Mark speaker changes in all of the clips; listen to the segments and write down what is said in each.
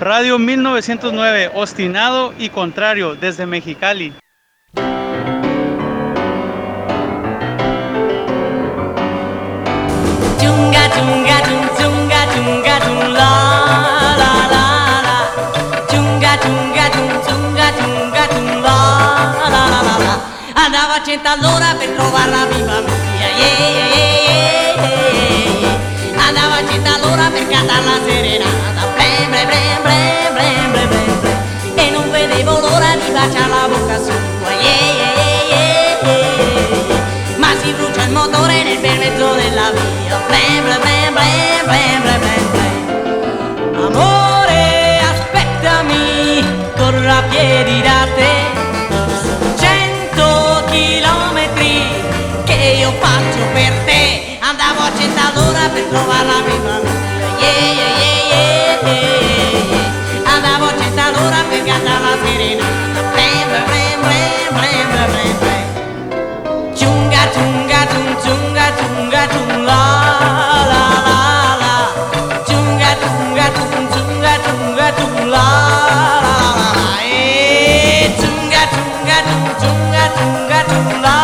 Speaker 1: Radio 1909, obstinado y contrario, desde Mexicali.
Speaker 2: Chunga, chunga, chun, chunga, chunga, chun, la, la, la, la. Chunga, chunga, chun, chunga, chunga, chun, la, la, la, la, la. Andavo a 100 all'ora per trovare la mia famiglia, yeah, yeah, yeah, yeah, yeah, yeah. Andavo a 100 all'ora per cantare la serenata, blem, blem, blem, blem, blem, blem, blem, blem. E non vedevo l'ora di baciare la bocca sua, yeah, yeah, yeah, yeah, yeah, yeah. Ma si brucia il motore nel bel mezzo della via, blem, blem, blem, blem, blem, blem, blem, blem. Amore, aspettami, corro a piedi da te. Sono cento chilometri che io faccio per te. Andavo a Centadora per trovare la mia famiglia. Yeah, yeah, yeah, yeah, yeah, yeah. Andavo a Centadora per cantare la serenata. Blem, blem, blem, blem, blem, blem, blem. Chunga chunga chung chunga chunga chung la la la la Chunga chunga chung chunga chunga chung la la la la Eh, Chunga chunga chung chunga chunga chung la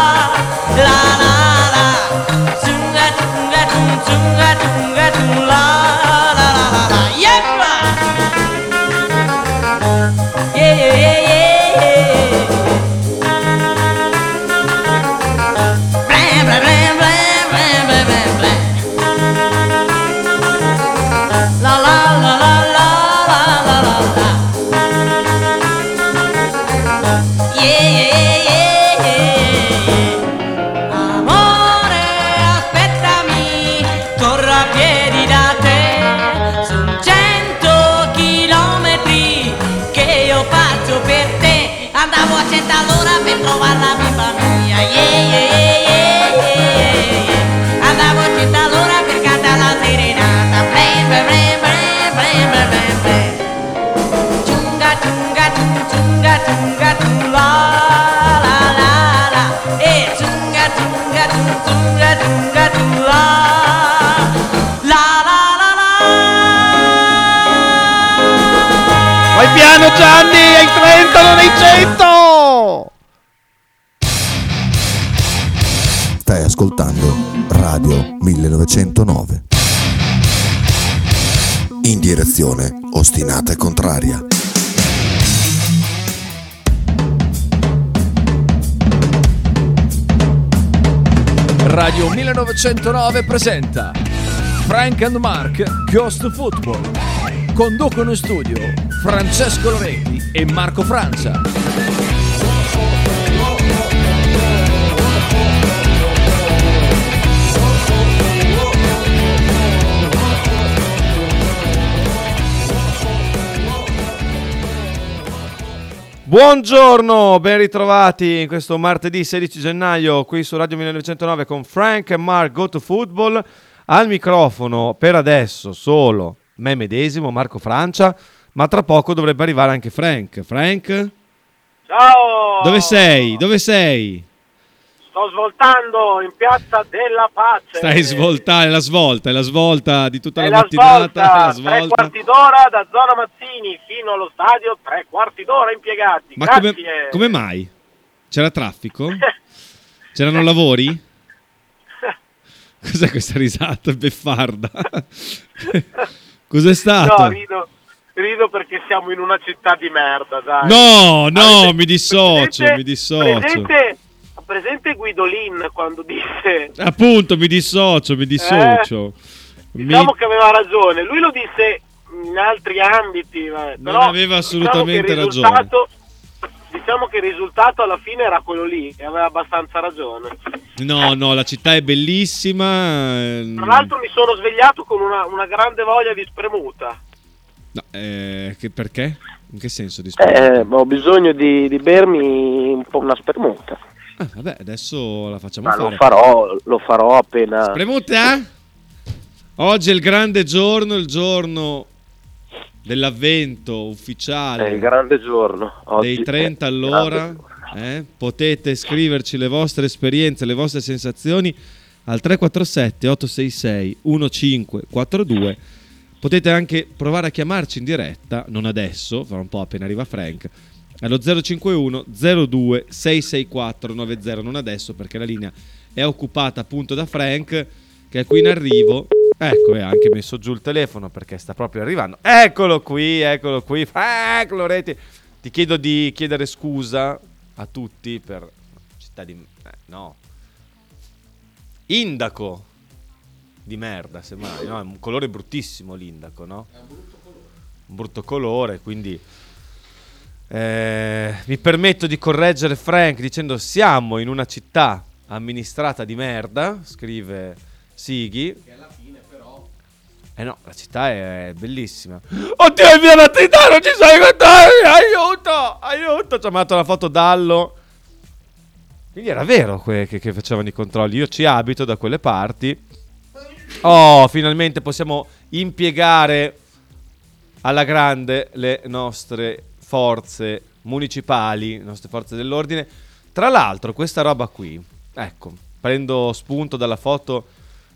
Speaker 2: la la la Chunga chunga chung chunga chunga chung la la la la la Yepa! Yeah, yeah, yeah, yeah, yeah. Blam, blam, blam, blam, blam, blam, blam, blam. La la la la la la la la la. Yeah, yeah, yeah, yeah. Amore, aspettami, corro a piedi da te. Sono cento chilometri che io faccio per te. Andavo a cento all'ora per trovare la mia famiglia. Yeah, yeah, yeah, yeah, yeah, yeah. Andavo a cento all'ora per cantare la serenata. e Blam, blam, blam, blam, blam, blam, blam, blam. Chunga, chunga, chung, chunga, chunga, chung, la, la, la, la. Eh, chunga, chunga, chung, chunga, chunga, chung, la. La, la, la, la.
Speaker 3: Vai piano Gianni, ai 30, non ai 100!
Speaker 4: Stai ascoltando Radio 1909. In direzione ostinata e contraria.
Speaker 5: Radio 1909 presenta Frank and Mark Ghost Football. Conducono in studio Francesco Loretti e Marco Francia.
Speaker 3: Buongiorno, ben ritrovati in questo martedì 16 gennaio qui su Radio 1909 con Frank e Mark Go to Football. Al microfono per adesso solo me medesimo, Marco Francia, ma tra poco dovrebbe arrivare anche Frank. Frank,
Speaker 6: Ciao!
Speaker 3: dove sei? Dove sei?
Speaker 6: Sto svoltando in piazza della pace.
Speaker 3: Stai svoltando, è la svolta, è la svolta di tutta
Speaker 6: È
Speaker 3: la
Speaker 6: la
Speaker 3: mattinata, è la
Speaker 6: svolta, tre
Speaker 3: svolta.
Speaker 6: quarti d'ora da zona Mazzini fino allo stadio, tre quarti d'ora impiegati.
Speaker 3: Ma
Speaker 6: Grazie.
Speaker 3: come, come mai? C'era traffico? C'erano lavori? Cos'è questa risata beffarda? Cos'è
Speaker 6: No,
Speaker 3: stato?
Speaker 6: rido, rido perché siamo in una città di merda, dai.
Speaker 3: No, no,
Speaker 6: Avete-
Speaker 3: mi dissocio,
Speaker 6: presente-
Speaker 3: mi dissocio.
Speaker 6: Presente, presente Guidolin quando disse...
Speaker 3: Ah, Appunto, mi dissocio, mi dissocio. Mi-
Speaker 6: Diciamo che aveva ragione, lui lo disse in altri ambiti, vabbè,
Speaker 3: Non
Speaker 6: però
Speaker 3: aveva
Speaker 6: diciamo
Speaker 3: assolutamente
Speaker 6: che il
Speaker 3: ragione.
Speaker 6: risultato- Diciamo che il risultato alla fine era quello lì e aveva abbastanza ragione.
Speaker 3: No, no, la città è bellissima. ehm,
Speaker 6: Tra l'altro mi sono svegliato con una, una grande voglia di spremuta.
Speaker 3: no, eh, che- perché? In che senso? di
Speaker 7: Eh, ho bisogno di, di bermi un po' una spermuta.
Speaker 3: Ah, vabbè, adesso la facciamo
Speaker 7: Ma lo
Speaker 3: fare.
Speaker 7: farò, lo farò appena.
Speaker 3: Premuta? eh? Oggi è il grande giorno, il giorno dell'avvento
Speaker 7: È
Speaker 6: Eh,
Speaker 3: ufficiale
Speaker 7: il grande giorno. Oggi
Speaker 3: dei 30
Speaker 7: è il
Speaker 3: all'ora.
Speaker 7: grande giorno.
Speaker 3: eh? Potete scriverci le vostre esperienze, le vostre sensazioni al 347 866 1542 Potete anche provare a chiamarci in diretta, non adesso, fra un po' appena arriva Frank, allo 051 02 664 90, non adesso perché la linea è occupata appunto da Frank che è qui in arrivo. Ecco, e ha anche messo giù il telefono perché sta proprio arrivando. Eccolo qui, eccolo qui. Frank Loretti, ti chiedo di chiedere scusa a tutti per città di eh, no. Indaco di merda, semmai, no? È un colore bruttissimo l'indaco, no? È un brutto colore. quindi eh, mi permetto di correggere Frank dicendo siamo in una città amministrata di merda, scrive Sighi. Che alla fine però... Eh no, la città è bellissima. Oh, Oddio, è via natalità, non ci sei contare! Aiuto! Aiuto! Ci ha mandato la foto Dallo. Quindi era vero que- che, che facevano i controlli. Io ci abito da quelle parti. Oh, finalmente possiamo impiegare alla grande le nostre forze municipali, le nostre forze dell'ordine. Tra l'altro, questa roba qui, ecco, prendo spunto dalla foto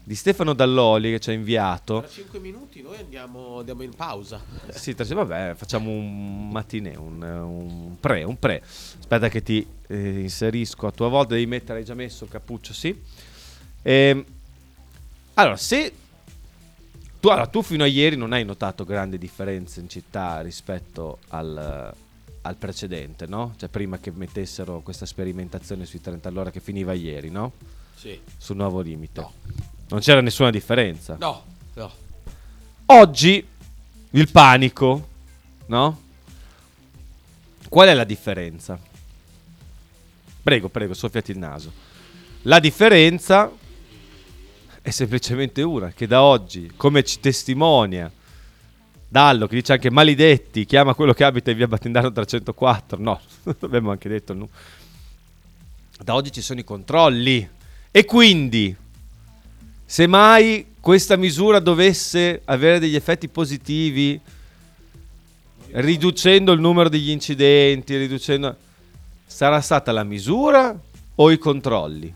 Speaker 3: di Stefano Dalloli che ci ha inviato.
Speaker 6: Tra 5 minuti noi andiamo, andiamo in pausa.
Speaker 3: Sì, tra- vabbè, facciamo un mattinè, un, un pre, un pre. Aspetta che ti eh, inserisco a tua volta, devi mettere, hai già messo il cappuccio, sì. Ehm, allora, se tu, allora, tu fino a ieri non hai notato grandi differenze in città rispetto al, al precedente, no? Cioè prima che mettessero questa sperimentazione sui 30 all'ora che finiva ieri, no?
Speaker 6: Sì.
Speaker 3: Sul nuovo limite.
Speaker 6: No.
Speaker 3: Non c'era nessuna differenza.
Speaker 6: No, no.
Speaker 3: Oggi il panico, no? Qual è la differenza? Prego, prego, soffiati il naso. La differenza è semplicemente una, che da oggi, come ci testimonia Dallo, che dice anche maledetti, chiama quello che abita in via Battendano 304, no, abbiamo anche detto il nu- Da oggi ci sono i controlli e quindi se mai questa misura dovesse avere degli effetti positivi, riducendo il numero degli incidenti, riducendo... sarà stata la misura o i controlli?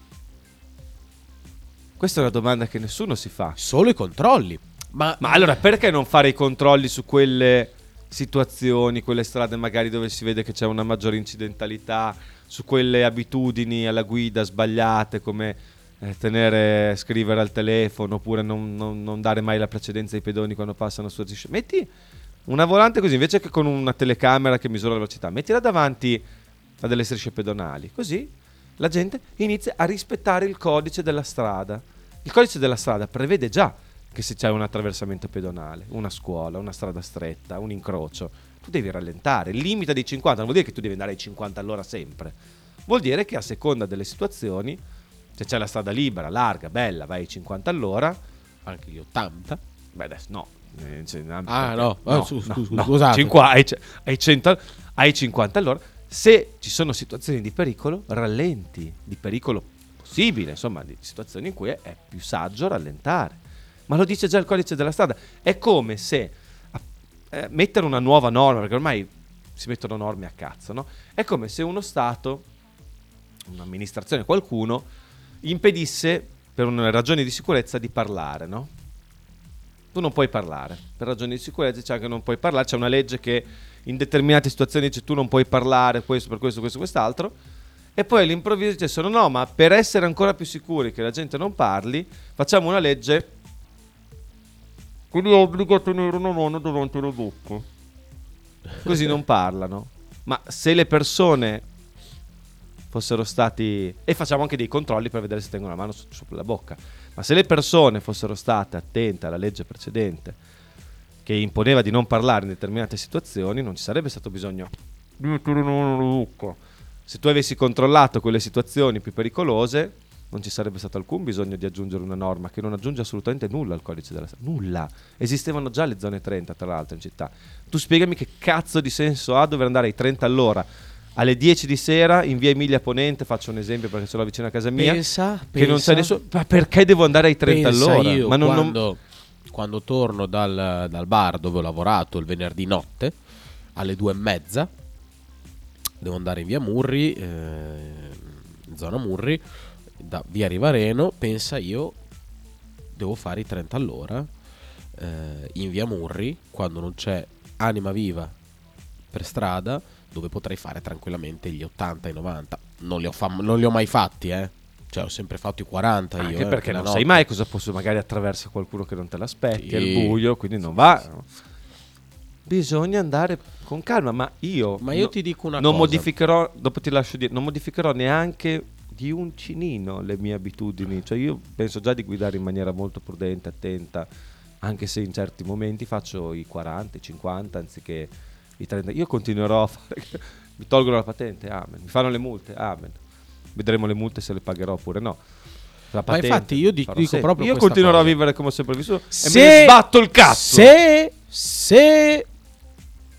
Speaker 3: Questa è una domanda che nessuno si fa.
Speaker 6: Solo i controlli. Ma,
Speaker 3: Ma allora perché non fare i controlli su quelle situazioni, quelle strade magari dove si vede che c'è una maggiore incidentalità, su quelle abitudini alla guida sbagliate come eh, tenere, scrivere al telefono oppure non, non- non dare mai la precedenza ai pedoni quando passano su Metti una volante così invece che con una telecamera che misura la velocità, mettila davanti a delle strisce pedonali, così la gente inizia a rispettare il codice della strada. Il codice della strada prevede già che se c'è un attraversamento pedonale, una scuola, una strada stretta, un incrocio, tu devi rallentare. Il limite dei 50 non vuol dire che tu devi andare ai 50 all'ora sempre. Vuol dire che a seconda delle situazioni, se c'è la strada libera, larga, bella, vai ai 50 all'ora,
Speaker 6: anche gli 80.
Speaker 3: beh adesso no. eh, c'è in ambito-
Speaker 6: Ah, no. Ah, su- scu- scu-
Speaker 3: no,
Speaker 6: scusate.
Speaker 3: cinqua- ai, ce- ai 100 ai 50 all'ora, se ci sono situazioni di pericolo, rallenti, di pericolo possibile, insomma, di situazioni in cui è, è più saggio rallentare. Ma lo dice già il codice della strada. È come se a- eh, mettere una nuova norma, perché ormai si mettono norme a cazzo, no? È come se uno Stato, un'amministrazione, qualcuno, impedisse per un- ragioni di sicurezza di parlare, no? tu non puoi parlare. Per ragioni di sicurezza c'è anche non puoi parlare. C'è una legge che in determinate situazioni dice tu non puoi parlare questo, per questo, questo, quest'altro. E poi all'improvviso dice sono no, ma per essere ancora più sicuri che la gente non parli, facciamo una legge. Quindi obbliga a tenere una mano davanti alla bocca. Così non parlano. Ma se le persone fossero stati e facciamo anche dei controlli per vedere se tengono la mano su- sopra la bocca. Ma se le persone fossero state attente alla legge precedente che imponeva di non parlare in determinate situazioni, non ci sarebbe stato bisogno di mettere la mano alla bocca. Se tu avessi controllato quelle situazioni più pericolose, non ci sarebbe stato alcun bisogno di aggiungere una norma che non aggiunge assolutamente nulla al codice della strada. Nulla. Esistevano già le zone 30, tra l'altro, in città. Tu spiegami che cazzo di senso ha dover andare ai 30 all'ora alle 10 di sera in via Emilia Ponente, faccio un esempio perché sono vicino a casa mia,
Speaker 6: Pensa,
Speaker 3: che non
Speaker 6: pensa.
Speaker 3: c'è nessuno... Ma perché devo andare ai 30
Speaker 6: Pensa
Speaker 3: all'ora?
Speaker 6: Io
Speaker 3: Ma non- non-
Speaker 6: quando, quando torno dal, dal bar dove ho lavorato il venerdì notte alle due e mezza, devo andare in via Murri, eh, in zona Murri, da via Rivareno. Pensa io, devo fare i 30 all'ora. eh, eh, in via Murri, quando non c'è anima viva per strada, dove potrei fare tranquillamente gli 80 e 90. Non li ho, fam- non li ho mai fatti, eh. Cioè, ho sempre fatto i 40 io.
Speaker 3: Anche
Speaker 6: eh,
Speaker 3: perché
Speaker 6: la
Speaker 3: non sai
Speaker 6: notte.
Speaker 3: mai cosa posso, magari attraversa qualcuno che non te l'aspetti,
Speaker 6: Sì.
Speaker 3: è il buio, quindi non va. Bisogna andare con calma, ma io...
Speaker 6: Ma io
Speaker 3: no-
Speaker 6: ti dico una
Speaker 3: non
Speaker 6: cosa.
Speaker 3: Modificherò, dopo ti lascio dire, non modificherò neanche di un cinino le mie abitudini. Cioè io penso già di guidare in maniera molto prudente, attenta, anche se in certi momenti faccio i 40, i 50 anziché i 30. Io continuerò a fare... Mi tolgono la patente, amen. Mi fanno le multe, amen. Vedremo le multe se le pagherò oppure no. La
Speaker 6: Ma infatti io di-
Speaker 3: farò
Speaker 6: dico
Speaker 3: sempre.
Speaker 6: proprio
Speaker 3: Io
Speaker 6: questa
Speaker 3: continuerò
Speaker 6: cosa.
Speaker 3: a vivere come ho sempre vissuto e me ne sbatto il cazzo.
Speaker 6: Se, se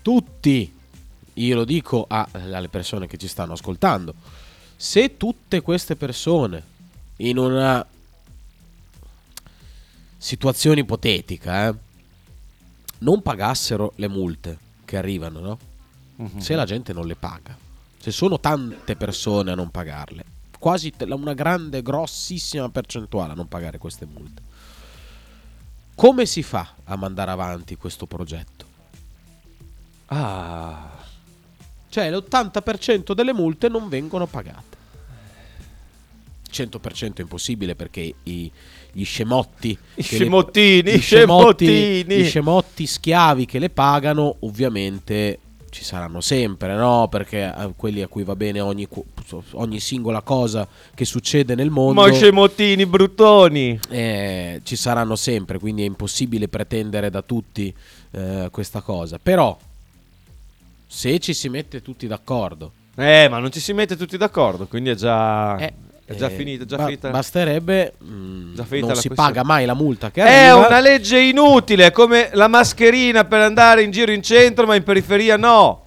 Speaker 6: tutti, io lo dico a- alle persone che ci stanno ascoltando, se tutte queste persone in una situazione ipotetica eh, non pagassero le multe che arrivano, no?
Speaker 3: Mhm.
Speaker 6: se la gente non le paga, se sono tante persone a non pagarle, quasi te- la- una grande, grossissima percentuale a non pagare queste multe, come si fa a mandare avanti questo progetto?
Speaker 3: Ah.
Speaker 6: Cioè l'80% delle multe non vengono pagate. 100% è impossibile perché i- gli scemotti...
Speaker 3: I
Speaker 6: che le-
Speaker 3: scemottini,
Speaker 6: gli scemotti-
Speaker 3: scemottini.
Speaker 6: gli scemotti schiavi che le pagano ovviamente ci saranno sempre, no? Perché eh, quelli a cui va bene ogni, cu- ogni singola cosa che succede nel mondo...
Speaker 3: Ma scemottini bruttoni.
Speaker 6: Eh, ci saranno sempre, quindi è impossibile pretendere da tutti eh, questa cosa. Però, se ci si mette tutti d'accordo,
Speaker 3: Eh, ma non ci si mette tutti d'accordo, quindi è già,
Speaker 6: eh,
Speaker 3: è già
Speaker 6: eh,
Speaker 3: finita. Già
Speaker 6: ba-
Speaker 3: finita.
Speaker 6: Basterebbe, mm,
Speaker 3: Già finita
Speaker 6: non
Speaker 3: la
Speaker 6: si
Speaker 3: questione. Eh,
Speaker 6: paga mai la multa che
Speaker 3: è
Speaker 6: arriva.
Speaker 3: una legge inutile, come la mascherina per andare in giro in centro, ma in periferia no.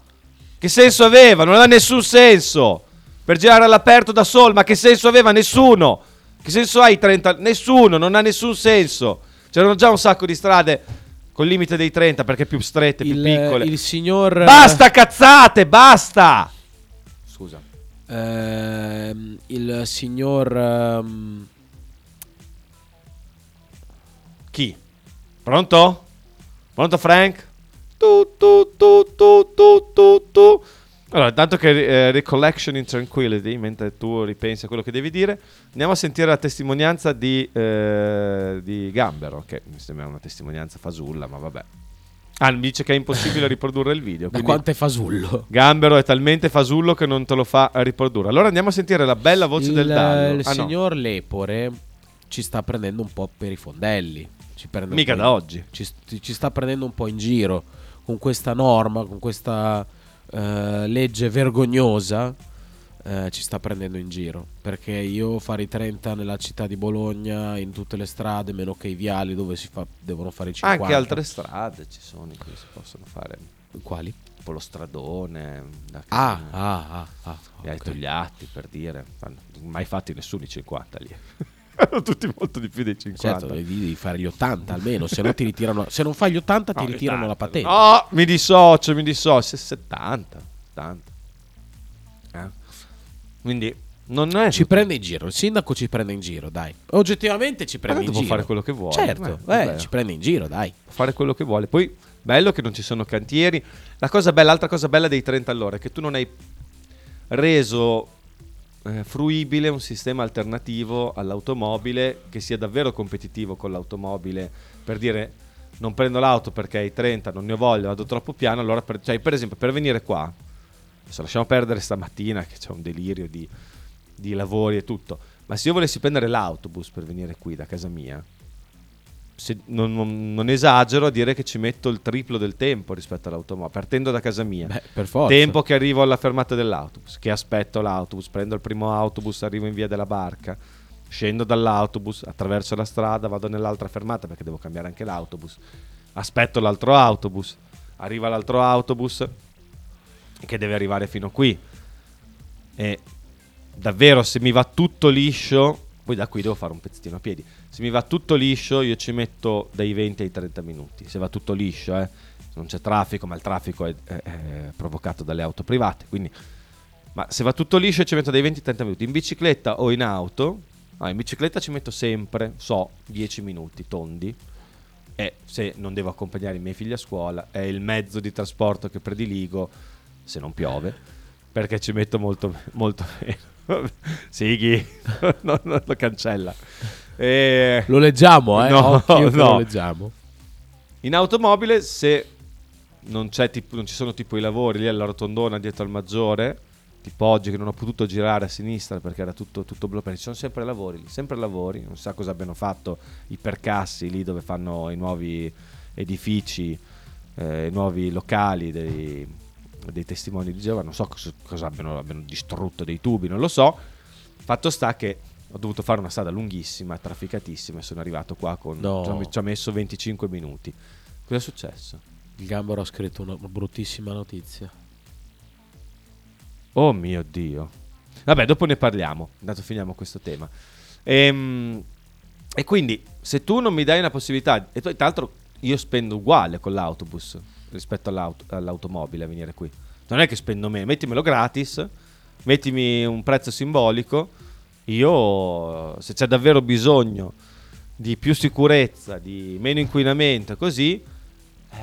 Speaker 3: Che senso aveva? Non aveva nessun senso. Per girare all'aperto da sol, ma che senso aveva? Nessuno. Che senso ha i 30? Nessuno, non ha nessun senso. C'erano già un sacco di strade col limite dei 30 perché più strette, più
Speaker 6: il,
Speaker 3: piccole.
Speaker 6: il signor
Speaker 3: Basta cazzate, basta.
Speaker 6: Scusa. Ehm, il signor ehm,
Speaker 3: Chi? Pronto? Pronto Frank? Tu, tu, tu, tu, tu, tu, tu. Allora, tanto che eh, Recollection in Tranquility, mentre tu ripensi a quello che devi dire, andiamo a sentire la testimonianza di, eh, di Gambero, che mi sembra una testimonianza fasulla, ma vabbè. Ah, mi dice che è impossibile riprodurre il video.
Speaker 6: da
Speaker 3: quindi
Speaker 6: quanto è fasullo.
Speaker 3: Gambero è talmente fasullo che non te lo fa riprodurre. Allora andiamo a sentire la bella voce
Speaker 6: il,
Speaker 3: del danno.
Speaker 6: il
Speaker 3: Ah, no.
Speaker 6: signor Lepore ci sta prendendo un po' per i fondelli. Ci prende un
Speaker 3: Mica
Speaker 6: po'
Speaker 3: da
Speaker 6: in-
Speaker 3: oggi.
Speaker 6: Ci, st- ci sta prendendo un po' in giro con questa norma, con questa eh, legge vergognosa. eh, ci sta prendendo in giro perché io fare i 30 nella città di Bologna in tutte le strade meno che i viali dove si fa- devono fare i 50
Speaker 3: Anche altre strade ci sono in cui si possono fare.
Speaker 6: quali?
Speaker 3: tipo lo stradone, la
Speaker 6: ah
Speaker 3: casina,
Speaker 6: ah ah, ah
Speaker 3: gli
Speaker 6: ok.
Speaker 3: Togliatti per dire, Fanno- mai fatti nessuno i 50 lì. Erano tutti molto di più dei 50.
Speaker 6: certo devi devi fare gli 80 almeno se no ti ritirano se non fai gli 80 ti
Speaker 3: No,
Speaker 6: ritirano
Speaker 3: 80.
Speaker 6: la patente
Speaker 3: No, mi dissocio, mi dissocio, 70, 70. Eh? Quindi non è
Speaker 6: Ci prende in giro, il sindaco ci prende in giro, dai. Oggettivamente ci prende in
Speaker 3: tanto
Speaker 6: giro.
Speaker 3: può fare quello che vuole.
Speaker 6: Certo,
Speaker 3: Beh,
Speaker 6: eh,
Speaker 3: vabbè.
Speaker 6: ci prende in giro, dai.
Speaker 3: può fare quello che vuole. Poi bello che non ci sono cantieri. La cosa bella, l'altra cosa bella dei 30 all'ora è che tu non hai reso eh, fruibile un sistema alternativo all'automobile che sia davvero competitivo con l'automobile per dire non prendo l'auto perché ai 30 non ne voglio, vado troppo piano, allora per, cioè, per esempio per venire qua, adesso lasciamo perdere stamattina che c'è un delirio di, di lavori e tutto, ma se io volessi prendere l'autobus per venire qui da casa mia, se- non, non- non esagero a dire che ci metto il triplo del tempo rispetto all'automobile, partendo da casa mia.
Speaker 6: Beh, per forza.
Speaker 3: Tempo che arrivo alla fermata dell'autobus, che aspetto l'autobus, prendo il primo autobus, arrivo in via della barca, scendo dall'autobus, attraverso la strada, vado nell'altra fermata perché devo cambiare anche l'autobus, aspetto l'altro autobus, arriva l'altro autobus che deve arrivare fino qui. E davvero se mi va tutto liscio, poi da qui devo fare un pezzettino a piedi. Se mi va tutto liscio, io ci metto dai 20 ai 30 minuti. Se va tutto liscio, eh. Se non c'è traffico, ma il traffico è, è- è provocato dalle auto private, quindi ma se va tutto liscio ci metto dai 20 ai 30 minuti. In bicicletta o in auto? Ah, in bicicletta ci metto sempre, so, 10 minuti tondi. E se non devo accompagnare i miei figli a scuola, è il mezzo di trasporto che prediligo se non piove, perché ci metto molto, molto meno. Sighi, no, no, lo cancella. E-
Speaker 6: Lo leggiamo, eh?
Speaker 3: No,
Speaker 6: Occhio che
Speaker 3: no.
Speaker 6: Lo leggiamo.
Speaker 3: in automobile, se non, c'è tipo- non ci sono tipo i lavori lì alla rotondona dietro al maggiore, tipo oggi che non ho potuto girare a sinistra perché era tutto, tutto bloccato, ci sono sempre lavori, lì, sempre lavori, non sa cosa abbiano fatto i percassi lì dove fanno i nuovi edifici, eh, i nuovi locali dei, dei testimoni di Geova, non so cosa, cosa abbiano, abbiano distrutto dei tubi, non lo so. Fatto sta che ho dovuto fare una strada lunghissima, trafficatissima e sono arrivato qua con...
Speaker 6: No.
Speaker 3: ci ho- Ci ha messo 25 minuti. Cosa è successo?
Speaker 6: Il gambero ha scritto una bruttissima notizia.
Speaker 3: Oh mio Dio. Vabbè, dopo ne parliamo. Intanto finiamo questo tema. Ehm, e quindi, se tu non mi dai una possibilità, e poi, tra l'altro io spendo uguale con l'autobus rispetto all'auto- all'automobile a venire qui. Non è che spendo meno, mettimelo gratis, mettimi un prezzo simbolico. Io, se c'è davvero bisogno di più sicurezza, di meno inquinamento, così,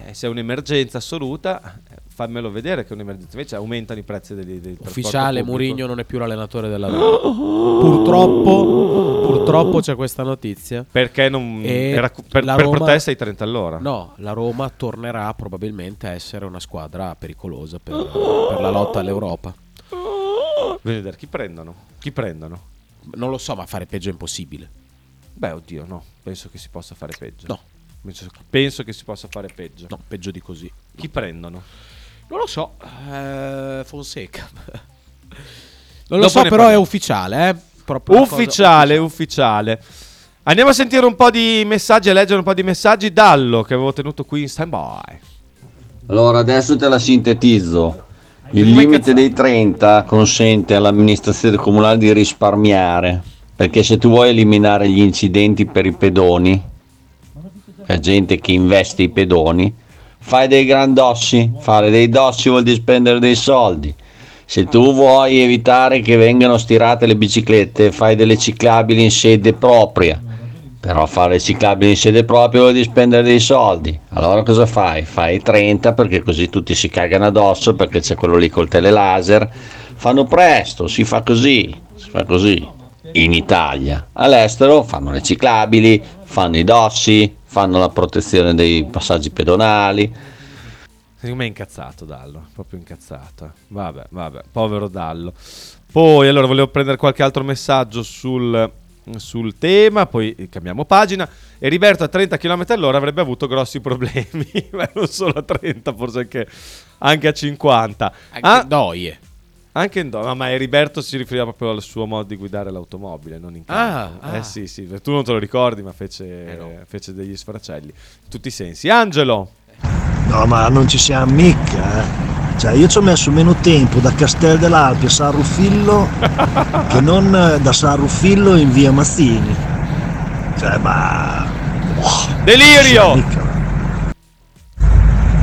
Speaker 3: eh, se è un'emergenza assoluta, eh, fammelo vedere che è un'emergenza. Invece aumentano i prezzi dei, del trasporto
Speaker 6: Ufficiale,
Speaker 3: pubblico.
Speaker 6: Mourinho non è più l'allenatore della Roma. Purtroppo, purtroppo c'è questa notizia.
Speaker 3: Perché non
Speaker 6: E
Speaker 3: Mm, era cu- per,
Speaker 6: la
Speaker 3: per
Speaker 6: Roma-
Speaker 3: protesta ai 30 all'ora.
Speaker 6: No, la Roma tornerà probabilmente a essere una squadra pericolosa per, per la lotta all'Europa.
Speaker 3: Voglio vedere chi prendono. Chi prendono?
Speaker 6: Non lo so, ma fare peggio è impossibile.
Speaker 3: Beh, oddio, no. Penso che si possa fare peggio.
Speaker 6: No.
Speaker 3: Penso, penso che si possa fare peggio.
Speaker 6: No, peggio di così.
Speaker 3: Chi prendono?
Speaker 6: Non lo so, eh, Fonseca.
Speaker 3: Dopo
Speaker 6: Non lo so,
Speaker 3: ne
Speaker 6: però è
Speaker 3: parliamo.
Speaker 6: ufficiale, eh. Proprio una cosa-
Speaker 3: Ufficiale, ufficiale. Andiamo a sentire un po' di messaggi, a leggere un po' di messaggi. Dallo, che avevo tenuto qui in stand-by.
Speaker 8: Allora adesso te la sintetizzo. Il
Speaker 3: Prima
Speaker 8: limite
Speaker 3: cazzate.
Speaker 8: dei 30 consente all'amministrazione comunale di risparmiare, perché se tu vuoi eliminare gli incidenti per i pedoni, la gente che investe i pedoni, fai dei grandossi, fare dei dossi vuol dire spendere dei soldi. Se tu vuoi evitare che vengano stirate le biciclette, fai delle ciclabili in sede propria. Però fare ciclabili in sede propria vuol dire spendere dei soldi. Allora cosa fai? Fai 30 perché così tutti si cagano addosso perché c'è quello lì col telelaser. Fanno presto, si fa così, si fa così. In Italia. All'estero fanno le ciclabili, fanno i dossi, fanno la protezione dei passaggi pedonali.
Speaker 3: Secondo me è incazzato Dallo, proprio incazzato. Vabbè, vabbè, povero Dallo. Poi allora volevo prendere qualche altro messaggio sul, sul tema, poi cambiamo pagina. Eriberto a 30 km all'ora avrebbe avuto grossi problemi, ma non solo a 30, forse anche, anche a 50.
Speaker 6: Anche
Speaker 3: Ah,
Speaker 6: Doie.
Speaker 3: anche in do- no, ma Eriberto si riferiva proprio al suo modo di guidare l'automobile, non in campo.
Speaker 6: Ah,
Speaker 3: eh
Speaker 6: ah.
Speaker 3: sì, sì, tu non te lo ricordi, ma fece,
Speaker 6: Eh no.
Speaker 3: fece degli sfracelli in tutti i sensi. Angelo,
Speaker 9: No, ma non ci siamo mica. eh. Cioè, io ci ho messo meno tempo da Castel dell'Alpi a San Ruffillo che non eh, da San Ruffillo in via Mazzini. Cioè, ma.
Speaker 3: delirio!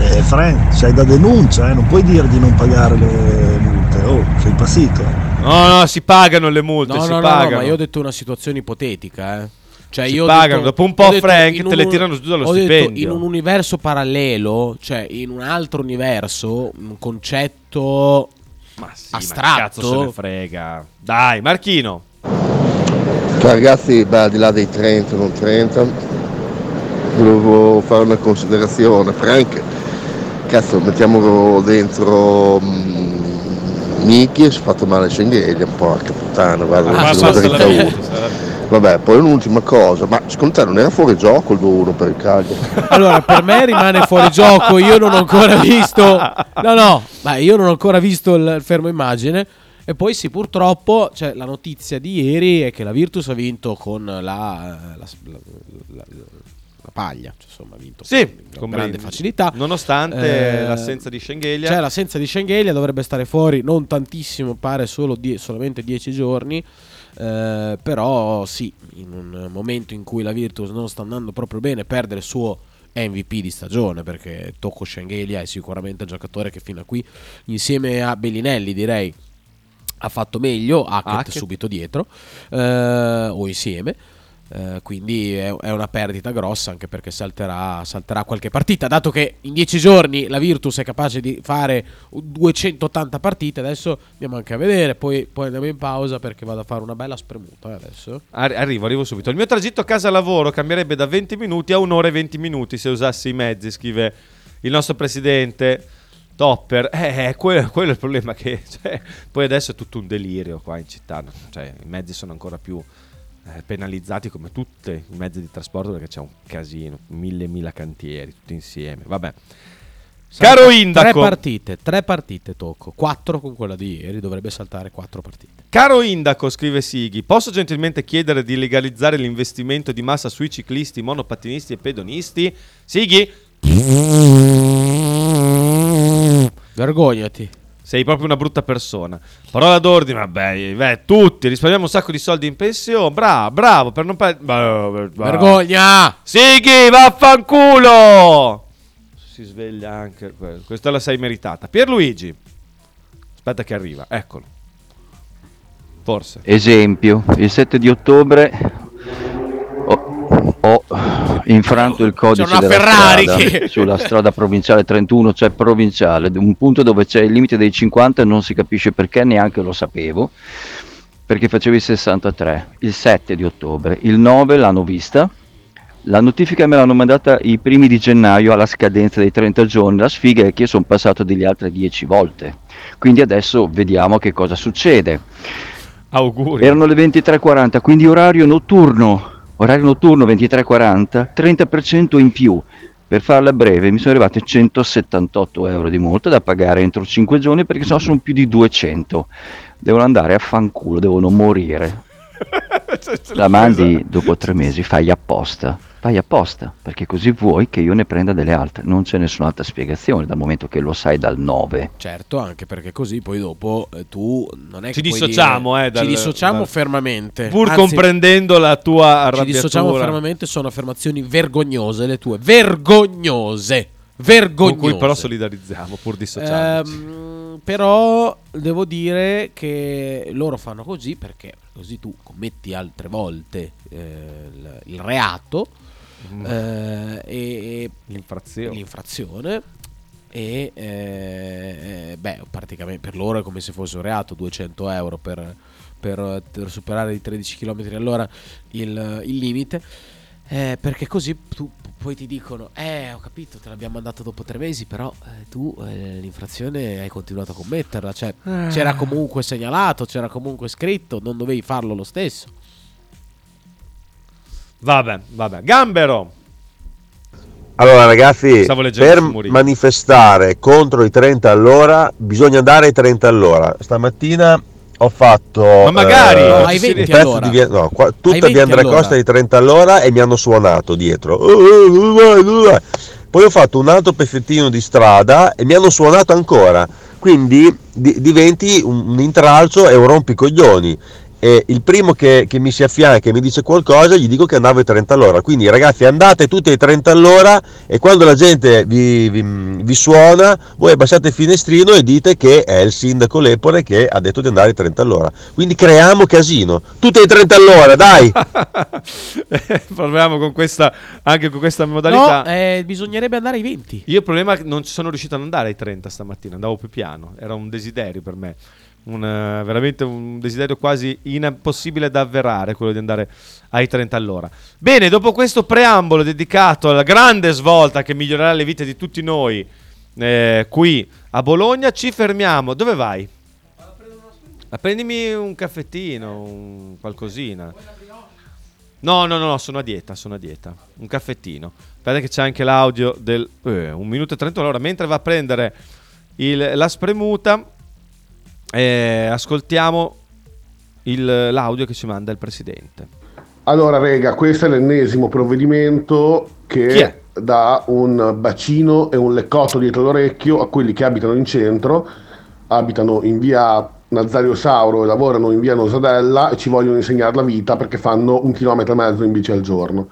Speaker 9: Eh, Fran, sei da denuncia, eh, non puoi dire di non pagare le multe. Oh, sei impazzito.
Speaker 3: No, no, si pagano le multe,
Speaker 6: No, no,
Speaker 3: si
Speaker 6: no, no,
Speaker 3: pagano.
Speaker 6: ma io ho detto una situazione ipotetica, eh. Cioè
Speaker 3: Si
Speaker 6: io ho
Speaker 3: pagano,
Speaker 6: detto-
Speaker 3: dopo un po',
Speaker 6: ho detto
Speaker 3: Frank,
Speaker 6: in
Speaker 3: te le tirano giù dallo
Speaker 6: ho detto
Speaker 3: stipendio.
Speaker 6: in un universo parallelo, cioè in un altro universo, un concetto
Speaker 3: Ma sì,
Speaker 6: astratto.
Speaker 3: ma cazzo se ne frega. Dai, Marchino.
Speaker 8: Cioè, Ragazzi, beh, al di là dei 30, non 30, volevo fare una considerazione. Frank, cazzo, mettiamolo dentro mh, Miki, si è fatto male Schengelia, porca puttana, guarda,
Speaker 6: Ah,
Speaker 8: non
Speaker 6: sì,
Speaker 8: sono
Speaker 6: basta
Speaker 8: dritta
Speaker 6: la-
Speaker 8: uno. Vabbè, poi un'ultima cosa, ma secondo te non era fuori gioco il 2-1 per il Cagliari?
Speaker 6: Allora, per me rimane fuori gioco. Io non ho ancora visto. No, no, ma io non ho ancora visto il fermo immagine. E poi sì, purtroppo, cioè, la notizia di ieri è che la Virtus ha vinto con la, la, la- la- la paglia. Cioè, insomma, ha vinto
Speaker 3: Sì,
Speaker 6: con
Speaker 3: come-
Speaker 6: grande facilità.
Speaker 3: nonostante
Speaker 6: Eh,
Speaker 3: l'assenza di Schengelia.
Speaker 6: Cioè, l'assenza di Schengelia dovrebbe stare fuori non tantissimo, pare solo die- solamente 10 giorni. Eh, però sì, in un momento in cui la Virtus non sta andando proprio bene, perde il suo MVP di stagione perché Tocco Schengelia è sicuramente il giocatore che fino a qui, insieme a Bellinelli, direi ha fatto meglio. Hackett
Speaker 3: Hackett.
Speaker 6: subito dietro eh, o insieme. Eh, quindi è, è una perdita grossa anche perché salterà, salterà qualche partita. Dato che in 10 giorni la Virtus è capace di fare 280 partite, adesso andiamo anche a vedere. Poi, poi andiamo in pausa perché vado a fare una bella spremuta eh, adesso.
Speaker 3: Ar- Arrivo, arrivo subito. Il mio tragitto casa-lavoro cambierebbe da 20 minuti a un'ora e 20 minuti se usassi i mezzi, scrive il nostro presidente Topper. Eh, eh, quello, quello è il problema che... cioè, poi adesso è tutto un delirio qua in città. no? Cioè, i mezzi sono ancora più eh, penalizzati come tutti i mezzi di trasporto perché c'è un casino, mille, mila cantieri, tutti insieme. Vabbè. Caro
Speaker 6: Salta-
Speaker 3: Indaco.
Speaker 6: Tre partite, tre partite tocco. Quattro con quella di ieri, dovrebbe saltare quattro partite.
Speaker 3: Caro Indaco, scrive Sighi, posso gentilmente chiedere di legalizzare l'investimento di massa sui ciclisti, monopattinisti e pedonisti? Sighi,
Speaker 6: Vergognati.
Speaker 3: sei proprio una brutta persona. Parola d'ordine, vabbè, beh, tutti risparmiamo un sacco di soldi in pensione. Bravo, bravo, per non perdere...
Speaker 6: Vergogna!
Speaker 3: Sighi, vaffanculo! Si sveglia anche quello. Questa la sei meritata. Pierluigi. Aspetta che arriva, eccolo. Forse.
Speaker 10: Esempio, il 7 di ottobre ho, ho infranto il codice
Speaker 6: una
Speaker 10: della
Speaker 6: Ferrari
Speaker 10: strada.
Speaker 6: che-
Speaker 10: sulla strada provinciale 31, cioè provinciale, un punto dove c'è il limite dei 50 e non si capisce perché, neanche lo sapevo, perché facevi 63, il 7 di ottobre, il 9 l'hanno vista, la notifica me l'hanno mandata i primi di gennaio alla scadenza dei 30 giorni, la sfiga è che io sono passato degli altre 10 volte, quindi adesso vediamo che cosa succede.
Speaker 3: Auguri.
Speaker 10: Erano le 23.40, quindi orario notturno, orario notturno 23.40, 30% in più. Per farla breve mi sono arrivate 178 euro di multa da pagare entro 5 giorni perché sennò sono più di 200. Devono andare a fanculo, devono morire. La mandi dopo tre mesi, fai apposta. Fai apposta, perché così vuoi che io ne prenda delle altre. Non c'è nessun'altra spiegazione dal momento che lo sai dal 9.
Speaker 6: Certo, anche perché così poi dopo eh, tu non è
Speaker 3: Ci
Speaker 6: che puoi
Speaker 3: dissociamo,
Speaker 6: dire-
Speaker 3: eh, dal-
Speaker 6: ci dissociamo
Speaker 3: dal-
Speaker 6: fermamente.
Speaker 3: Pur
Speaker 6: Anzi,
Speaker 3: comprendendo la tua
Speaker 6: Ci
Speaker 3: arrabbiatura.
Speaker 6: dissociamo fermamente, sono affermazioni vergognose le tue. Vergognose! Vergognose!
Speaker 3: Con cui però solidarizziamo pur dissociandoci.
Speaker 6: Ehm, però devo dire che loro fanno così perché così tu commetti altre volte eh, il, il reato eh, e, e-
Speaker 3: Mm. L'infrazione.
Speaker 6: l'infrazione e eh, eh, beh praticamente per loro è come se fosse un reato 200 euro per, per- per superare i 13 km all'ora il, il limite eh, perché così tu poi ti dicono eh ho capito te l'abbiamo mandato dopo tre mesi però eh, tu eh, l'infrazione hai continuato a commetterla cioè
Speaker 11: Ah.
Speaker 6: c'era comunque segnalato c'era comunque scritto non dovevi farlo lo stesso
Speaker 3: Vabbè, vabbè. Gambero.
Speaker 12: Allora ragazzi,
Speaker 3: Stavo leggendo
Speaker 12: per
Speaker 3: su Mourinho.
Speaker 12: manifestare contro i 30 all'ora bisogna andare ai 30 all'ora. Stamattina ho fatto Ma
Speaker 3: magari, ma ai 20 all'ora.
Speaker 12: di via, no, qua-
Speaker 3: Ai
Speaker 12: tutta
Speaker 3: 20
Speaker 12: via Andrea
Speaker 3: all'ora.
Speaker 12: Costa ai 30 all'ora e mi hanno suonato dietro. "Oh, oh, oh, oh, oh". Poi ho fatto un altro pezzettino di strada e mi hanno suonato ancora. Quindi di- diventi un, un intralcio e un rompicoglioni. E il primo che, che mi si affianca e mi dice qualcosa, gli dico che andavo ai 30 all'ora. Quindi, ragazzi, andate tutti ai 30 all'ora e quando la gente vi, vi- vi suona, voi abbassate il finestrino e dite che è il sindaco Lepore che ha detto di andare ai 30 all'ora. Quindi creiamo casino. Tutti ai 30 all'ora, dai!
Speaker 3: Proviamo con questa, anche con questa modalità.
Speaker 6: no eh, bisognerebbe andare ai 20
Speaker 3: Io il problema è che non ci sono riuscito ad andare ai 30 stamattina, andavo più piano, era un desiderio per me, un, eh, veramente un desiderio quasi impossibile da avverare, quello di andare ai 30 all'ora. Bene, dopo questo preambolo dedicato alla grande svolta che migliorerà le vite di tutti noi eh, qui a Bologna, ci fermiamo. Dove vai? Ah, Prendimi un caffettino, un qualcosina. No, no, no, no, sono a dieta, sono a dieta. Un caffettino. Aspetta che c'è anche l'audio del... eh, un minuto e trento allora. Mentre va a prendere il- la spremuta, eh, ascoltiamo il- l'audio che ci manda il presidente.
Speaker 13: Allora, rega, questo è l'ennesimo provvedimento
Speaker 3: Chi è?
Speaker 13: che dà un bacino e un leccotto dietro l'orecchio a quelli che abitano in centro, abitano in via Nazario Sauro e lavorano in via Nosadella e ci vogliono insegnare la vita perché fanno un chilometro e mezzo in bici al giorno.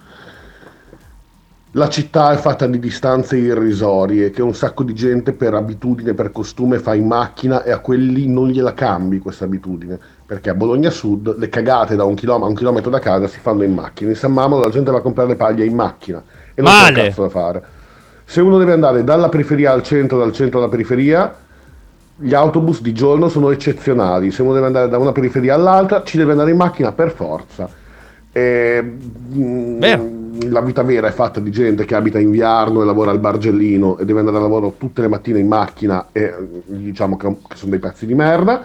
Speaker 13: La città è fatta di distanze irrisorie che un sacco di gente per abitudine, per costume fa in macchina e a quelli non gliela cambi questa abitudine. Perché a Bologna Sud le cagate da un chilometro, a un chilometro da casa si fanno in macchina. In San Mamolo la gente va a comprare le paglie in macchina e non c'è un
Speaker 11: Male.
Speaker 13: cazzo da fare. Se uno deve andare dalla periferia al centro, dal centro alla periferia, gli autobus di giorno sono eccezionali. Se uno deve andare da una periferia all'altra, ci deve andare in macchina per forza. E, mm, la vita vera è fatta di gente che abita in Viarno e lavora al Bargellino e deve andare a lavoro tutte le mattine in macchina e mm, diciamo che, che sono dei pezzi di merda.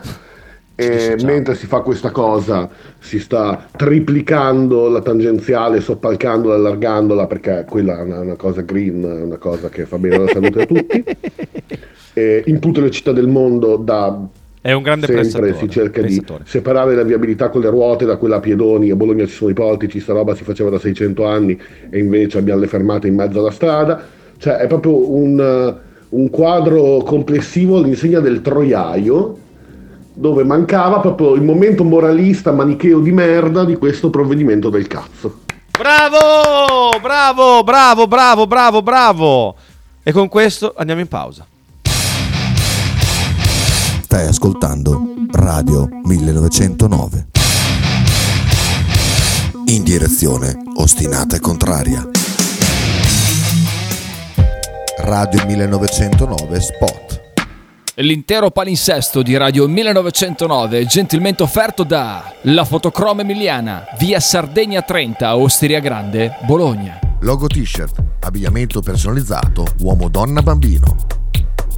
Speaker 13: E mentre si fa questa cosa si sta triplicando la tangenziale, soppalcandola, allargandola perché quella è una, una cosa green, è una cosa che fa bene alla salute a tutti. E in tutte le città del mondo da
Speaker 3: È un grande
Speaker 13: sempre
Speaker 3: pensatore,
Speaker 13: si cerca
Speaker 3: pensatore.
Speaker 13: di separare la viabilità con le ruote da quella a piedoni. A Bologna ci sono i portici, sta roba si faceva da 600 anni e invece abbiamo le fermate in mezzo alla strada. Cioè è proprio un, eh, un quadro complessivo all'insegna del troiaio dove mancava proprio il momento moralista manicheo di merda di questo provvedimento del cazzo.
Speaker 3: Bravo, bravo, bravo, bravo, bravo, bravo. E con questo andiamo in pausa.
Speaker 4: Stai ascoltando Radio 1909. In direzione ostinata e contraria. Radio 1909 Spot.
Speaker 14: L'intero palinsesto di Radio 1909 è gentilmente offerto da La Fotocroma Emiliana, via Sardegna 30, Osteria Grande, Bologna.
Speaker 4: Logo t-shirt, abbigliamento personalizzato, uomo, donna, bambino.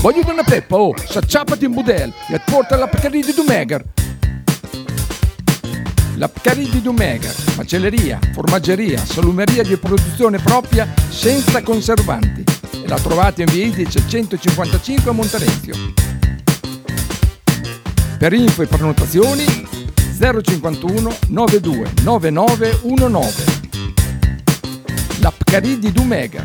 Speaker 14: Voglio una peppa, oh, s'acciappati in budel e porta la Pcaridi Dumegar. La Pcaridi Dumegar, macelleria, formaggeria, salumeria di produzione propria senza conservanti. E la trovate in via Idice 155 a Monterezio. Per info e prenotazioni 051 92 9919. La Pcaridi Dumegar.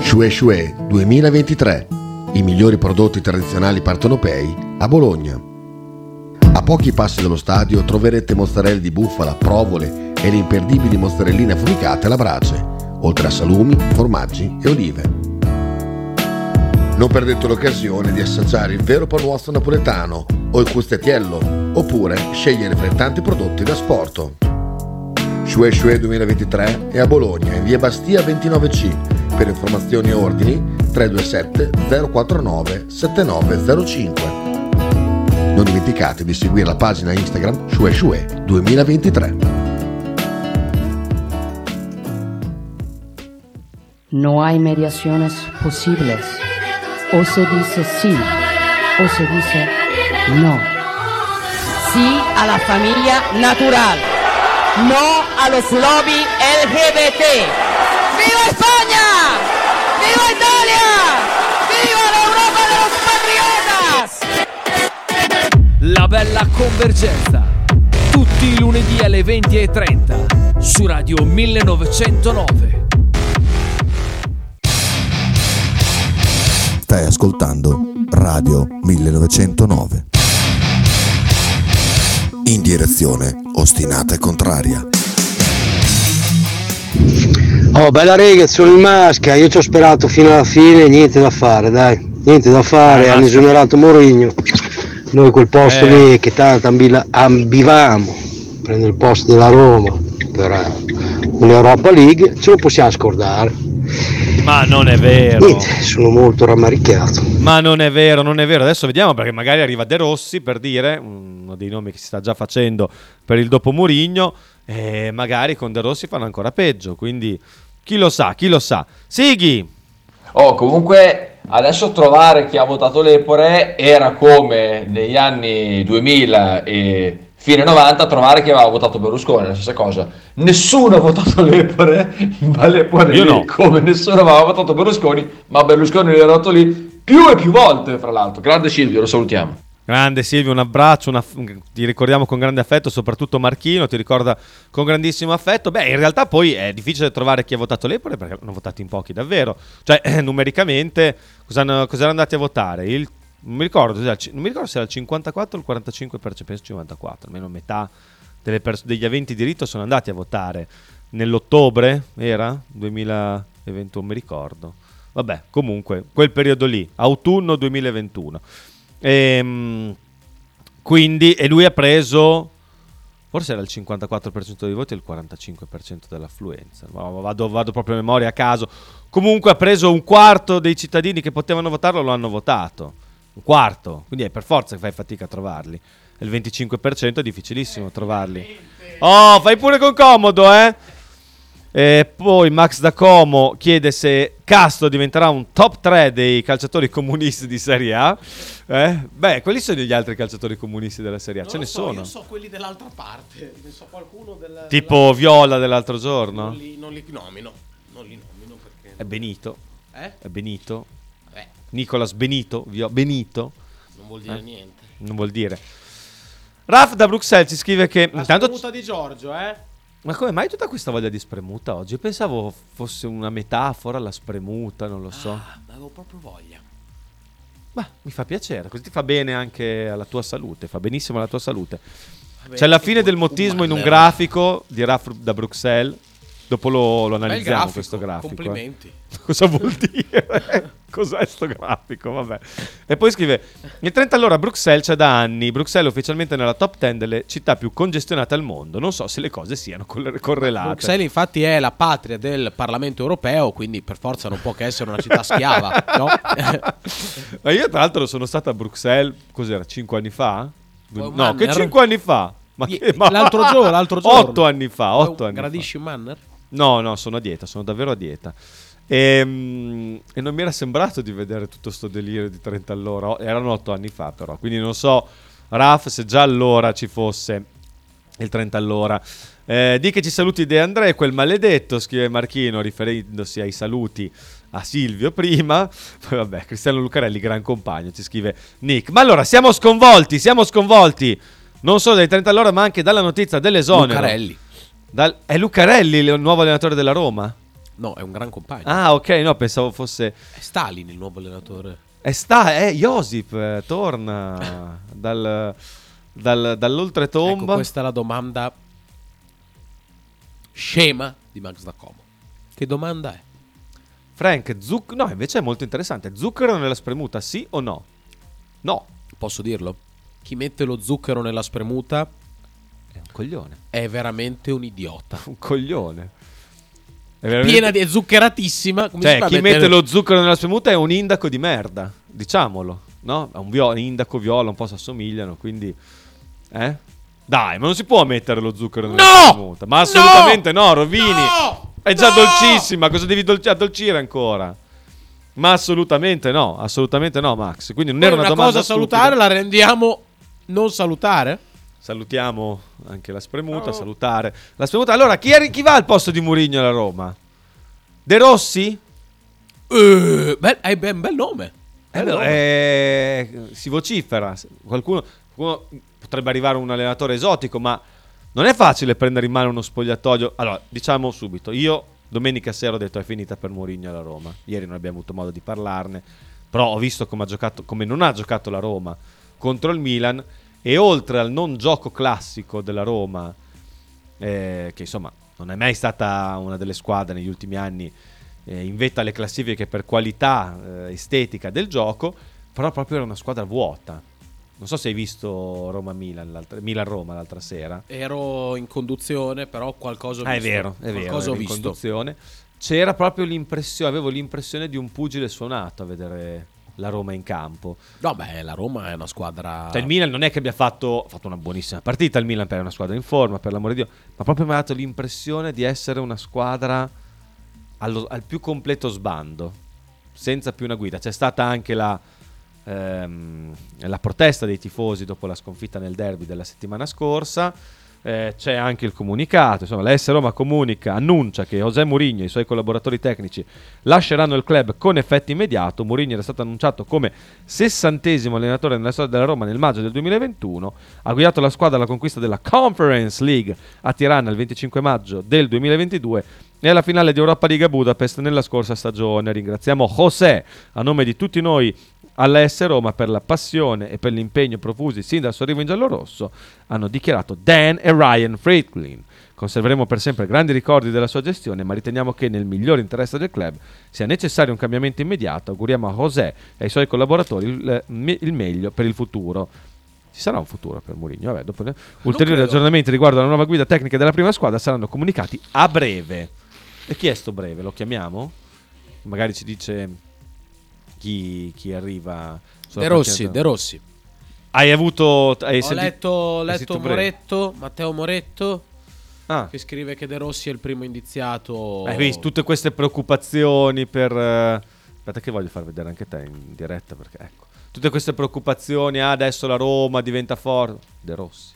Speaker 15: Shue Shue 2023. I migliori prodotti tradizionali partonopei a Bologna. A pochi passi dallo stadio troverete mozzarella di bufala, provole e le imperdibili mozzarelline affumicate alla brace, oltre a salumi, formaggi e olive. Non perdete l'occasione di assaggiare il vero panuozzo napoletano o il custettiello, oppure scegliere fra i tanti prodotti da sporto. Shue Shue 2023 è a Bologna, in via Bastia 29C. Per informazioni e ordini 327 049 7905. Non dimenticate di seguire la pagina Instagram Shue Shue 2023.
Speaker 16: No hay mediaciones posibles. O se dice sí o se dice no.
Speaker 2: Sí a la familia natural. No a los lobby LGBT. ¡Viva España! ¡Viva Italia! ¡Viva la Europa de los patriotas!
Speaker 14: La bella convergenza. Tutti i lunedì alle 20.30 su Radio 1909.
Speaker 4: Stai ascoltando Radio 1909. In direzione ostinata e contraria.
Speaker 17: Oh, bella rega, sono in masca, io ci ho sperato fino alla fine, niente da fare, dai, niente da fare, hanno esonerato Morigno. Noi quel posto
Speaker 3: Eh.
Speaker 17: lì che tanto ambila- ambivamo, prende il posto della Roma per eh, un'Europa League, ce lo possiamo scordare.
Speaker 3: Ma non è vero.
Speaker 17: Niente, sono molto rammaricchiato.
Speaker 3: Ma non è vero, non è vero. Adesso vediamo perché magari arriva De Rossi per dire mm, uno dei nomi che si sta già facendo per il dopo Murigno. E magari con De Rossi fanno ancora peggio. Quindi chi lo sa, chi lo sa. Sighi,
Speaker 11: Oh, comunque adesso trovare chi ha votato Lepore era come negli anni 2000 e fine 90 trovare chi aveva votato Berlusconi, è la stessa cosa. Nessuno ha votato Lepore, ma Lepore
Speaker 3: Io
Speaker 11: lì,
Speaker 3: no.
Speaker 11: come nessuno aveva votato Berlusconi, ma Berlusconi era andato lì più e più volte, fra l'altro. Grande Silvio, lo salutiamo.
Speaker 3: grande Silvio, un abbraccio. una- ti ricordiamo con grande affetto, soprattutto Marchino ti ricorda con grandissimo affetto. Beh, in realtà poi è difficile trovare chi ha votato Lepore perché hanno votato in pochi davvero. Cioè, numericamente, cosa hanno- cosa erano andati a votare? Il- non, mi ricordo, cos'era, ci- non mi ricordo se era il 54 o il 45%, penso 54, almeno metà delle pers- degli aventi diritto sono andati a votare nell'ottobre era 2021 mi ricordo vabbè comunque quel periodo lì autunno 2021 Ehm, quindi e lui ha preso forse era il 54% dei voti e il 45% dell'affluenza Ma vado, vado proprio a memoria a caso comunque ha preso un quarto dei cittadini che potevano votarlo lo hanno votato un quarto quindi è per forza che fai fatica a trovarli il 25% è difficilissimo trovarli oh fai pure con comodo eh e poi Max da Como chiede se Castro diventerà un top 3 dei calciatori comunisti di Serie A. Eh? Beh, quelli sono gli altri calciatori comunisti della Serie A, ce ne sono.
Speaker 18: Io so quelli dell'altra parte, ne so qualcuno del...
Speaker 3: Tipo Viola dell'altro giorno.
Speaker 18: Non li, non li nomino, non li nomino perché...
Speaker 3: È Benito.
Speaker 18: Eh?
Speaker 3: È Benito.
Speaker 18: Vabbè.
Speaker 3: Nicolas Benito. Vio- Benito. Eh?
Speaker 18: Non vuol dire niente.
Speaker 3: Non vuol dire. Raf da Bruxelles ci scrive che...
Speaker 18: La
Speaker 3: intanto-
Speaker 18: spremuta di Giorgio, eh?
Speaker 3: Ma come mai tutta questa voglia di spremuta oggi? Pensavo fosse una metafora la spremuta, non lo so.
Speaker 18: Avevo proprio voglia.
Speaker 3: Mi fa piacere, così ti fa bene anche alla tua salute, fa benissimo alla tua salute.
Speaker 18: Vabbè, eh.
Speaker 3: C'è la
Speaker 18: che
Speaker 3: fine del
Speaker 18: un
Speaker 3: mottismo in un
Speaker 18: malver-
Speaker 3: grafico di Raff da Bruxelles. Dopo lo, lo analizziamo
Speaker 18: grafico,
Speaker 3: questo grafico. eh.
Speaker 18: complimenti.
Speaker 3: Cosa vuol dire? Cos'è questo grafico? Vabbè. E poi scrive: Il 30 all'ora a Bruxelles c'è da anni. Bruxelles è ufficialmente nella top 10 delle città più congestionate al mondo. Non so se le cose siano col- correlate.
Speaker 6: Bruxelles infatti è la patria del Parlamento europeo, quindi per forza non può che essere una città schiava, no?
Speaker 3: Ma io, tra l'altro, sono stato a Bruxelles, cos'era, 5 anni fa?
Speaker 6: Poi un
Speaker 3: no, che
Speaker 6: manner.
Speaker 3: 5 anni fa? Ma
Speaker 6: Ie-
Speaker 3: che- ma-
Speaker 6: l'altro giorno, l'altro giorno.
Speaker 3: 8 anni fa, 8
Speaker 6: Poi
Speaker 3: anni
Speaker 6: gradisci
Speaker 3: fa.
Speaker 6: un manner?
Speaker 3: No, no, sono a dieta, sono davvero a dieta. Ehm, E, non mi era sembrato di vedere tutto sto delirio di 30 all'ora. O- Erano 8 anni fa, però. Quindi non so, Raf, se già allora ci fosse il 30 all'ora. Eh, di che ci saluti De André, quel maledetto, scrive Marchino, riferendosi ai saluti a Silvio prima. Poi vabbè, Cristiano Lucarelli, gran compagno, ci scrive Nick. Ma allora, siamo sconvolti, siamo sconvolti. Non solo dai 30 all'ora, ma anche dalla notizia dell'esonero.
Speaker 6: Lucarelli.
Speaker 3: Dal- è Lucarelli il nuovo allenatore della Roma?
Speaker 6: No, è un gran compagno.
Speaker 3: Ah, ok, no, pensavo fosse...
Speaker 6: È Stalin il nuovo allenatore.
Speaker 3: È sta, è Josip, eh, torna dal, dal- dall'oltretomba.
Speaker 6: Ecco, questa è la domanda scema di Max da Como. Che domanda è?
Speaker 3: Frank, Zuc- no, invece è molto interessante. Zucchero nella spremuta, sì o no? No.
Speaker 6: Posso dirlo? Chi mette lo zucchero nella spremuta
Speaker 3: è un coglione.
Speaker 6: È veramente un idiota.
Speaker 3: Un coglione. È
Speaker 6: Piena di
Speaker 3: veramente-
Speaker 6: è zuccheratissima. Come si
Speaker 3: Eh, Cioè,
Speaker 6: fa a
Speaker 3: chi
Speaker 6: mettere-
Speaker 3: mette lo zucchero nella spremuta è un indaco di merda, diciamolo, no? È un vio- un indaco viola, un po' si assomigliano, quindi... Eh? Dai, ma non si può mettere lo zucchero nella
Speaker 6: No!
Speaker 3: spremuta. Ma assolutamente no, Rovini! È già dolcissima, cosa devi dolci- addolcire ancora? Ma assolutamente no, assolutamente no, Max. Quindi non
Speaker 6: Poi
Speaker 3: era una,
Speaker 6: una,
Speaker 3: domanda
Speaker 6: cosa
Speaker 3: stupida.
Speaker 6: salutare, la rendiamo non salutare?
Speaker 3: Salutiamo anche la spremuta, salutare la spremuta. Allora, chi, è- chi va al posto di Murigno alla Roma? De Rossi?
Speaker 6: Eh, bel- è be- un bel nome.
Speaker 3: Eh, no, eh, si vocifera. Qualcuno, qualcuno- potrebbe arrivare un allenatore esotico, ma non è facile prendere in mano uno spogliatoio. Allora, diciamo subito, io domenica sera ho detto è finita per Mourinho alla Roma. Ieri non abbiamo avuto modo di parlarne, però ho visto come, ha giocato, come non ha giocato la Roma contro il Milan e oltre al non gioco classico della Roma, eh, che insomma non è mai stata una delle squadre negli ultimi anni eh, in vetta alle classifiche per qualità eh, estetica del gioco, però proprio era una squadra vuota. Non so se hai visto Roma-Milan, l'altra, Milan-Roma l'altra sera.
Speaker 6: Ero in conduzione, però qualcosa ho
Speaker 3: Ah, è
Speaker 6: visto.
Speaker 3: vero, è vero.
Speaker 6: Qualcosa
Speaker 3: eri
Speaker 6: ho
Speaker 3: in
Speaker 6: visto.
Speaker 3: conduzione. C'era proprio l'impressione, avevo l'impressione di un pugile suonato a vedere la Roma in campo.
Speaker 6: No, beh, Eh, la Roma è una squadra.
Speaker 3: Cioè, il Milan non è che abbia fatto, ha fatto una buonissima partita. Il Milan per una squadra in forma, per l'amore di Dio, ma proprio mi ha dato l'impressione di essere una squadra allo- al più completo sbando, senza più una guida. C'è stata anche la, ehm, la protesta dei tifosi dopo la sconfitta nel derby della settimana scorsa. eh, c'è anche il comunicato, insomma, la S Roma comunica, annuncia che José Mourinho e i suoi collaboratori tecnici lasceranno il club con effetto immediato. Mourinho era stato annunciato come sessantesimo allenatore nella storia della Roma nel maggio del 2021. Ha guidato la squadra alla conquista della Conference League a Tirana il 25 maggio del 2022 e alla finale di Europa League a Budapest nella scorsa stagione. Ringraziamo José a nome di tutti noi alla S Roma per la passione e per l'impegno profusi sin dal suo arrivo in giallorosso, hanno dichiarato Dan e Ryan Franklin. Conserveremo per sempre grandi ricordi della sua gestione, ma riteniamo che nel miglior interesse del club sia necessario un cambiamento immediato. Auguriamo a José e ai suoi collaboratori il, me- il meglio per il futuro. Ci sarà un futuro per Mourinho. Vabbè, dopo- Ulteriori
Speaker 6: credo.
Speaker 3: aggiornamenti riguardo alla nuova guida tecnica della prima squadra saranno comunicati a breve. E chi è sto breve? Lo chiamiamo? Magari ci dice chi, chi arriva. sulla
Speaker 6: De Rossi,
Speaker 3: panchina.
Speaker 6: De Rossi.
Speaker 3: Hai avuto. Hai
Speaker 6: ho
Speaker 3: senti-
Speaker 6: letto, ho
Speaker 3: hai
Speaker 6: letto
Speaker 3: sentito breve?
Speaker 6: Moretto, Matteo Moretto,
Speaker 3: Ah.
Speaker 6: che scrive che De Rossi è il primo indiziato.
Speaker 3: Hai visto tutte queste preoccupazioni per... eh, Aspetta che voglio far vedere anche te in diretta perché ecco. Tutte queste preoccupazioni, ah, adesso la Roma diventa forte. De Rossi.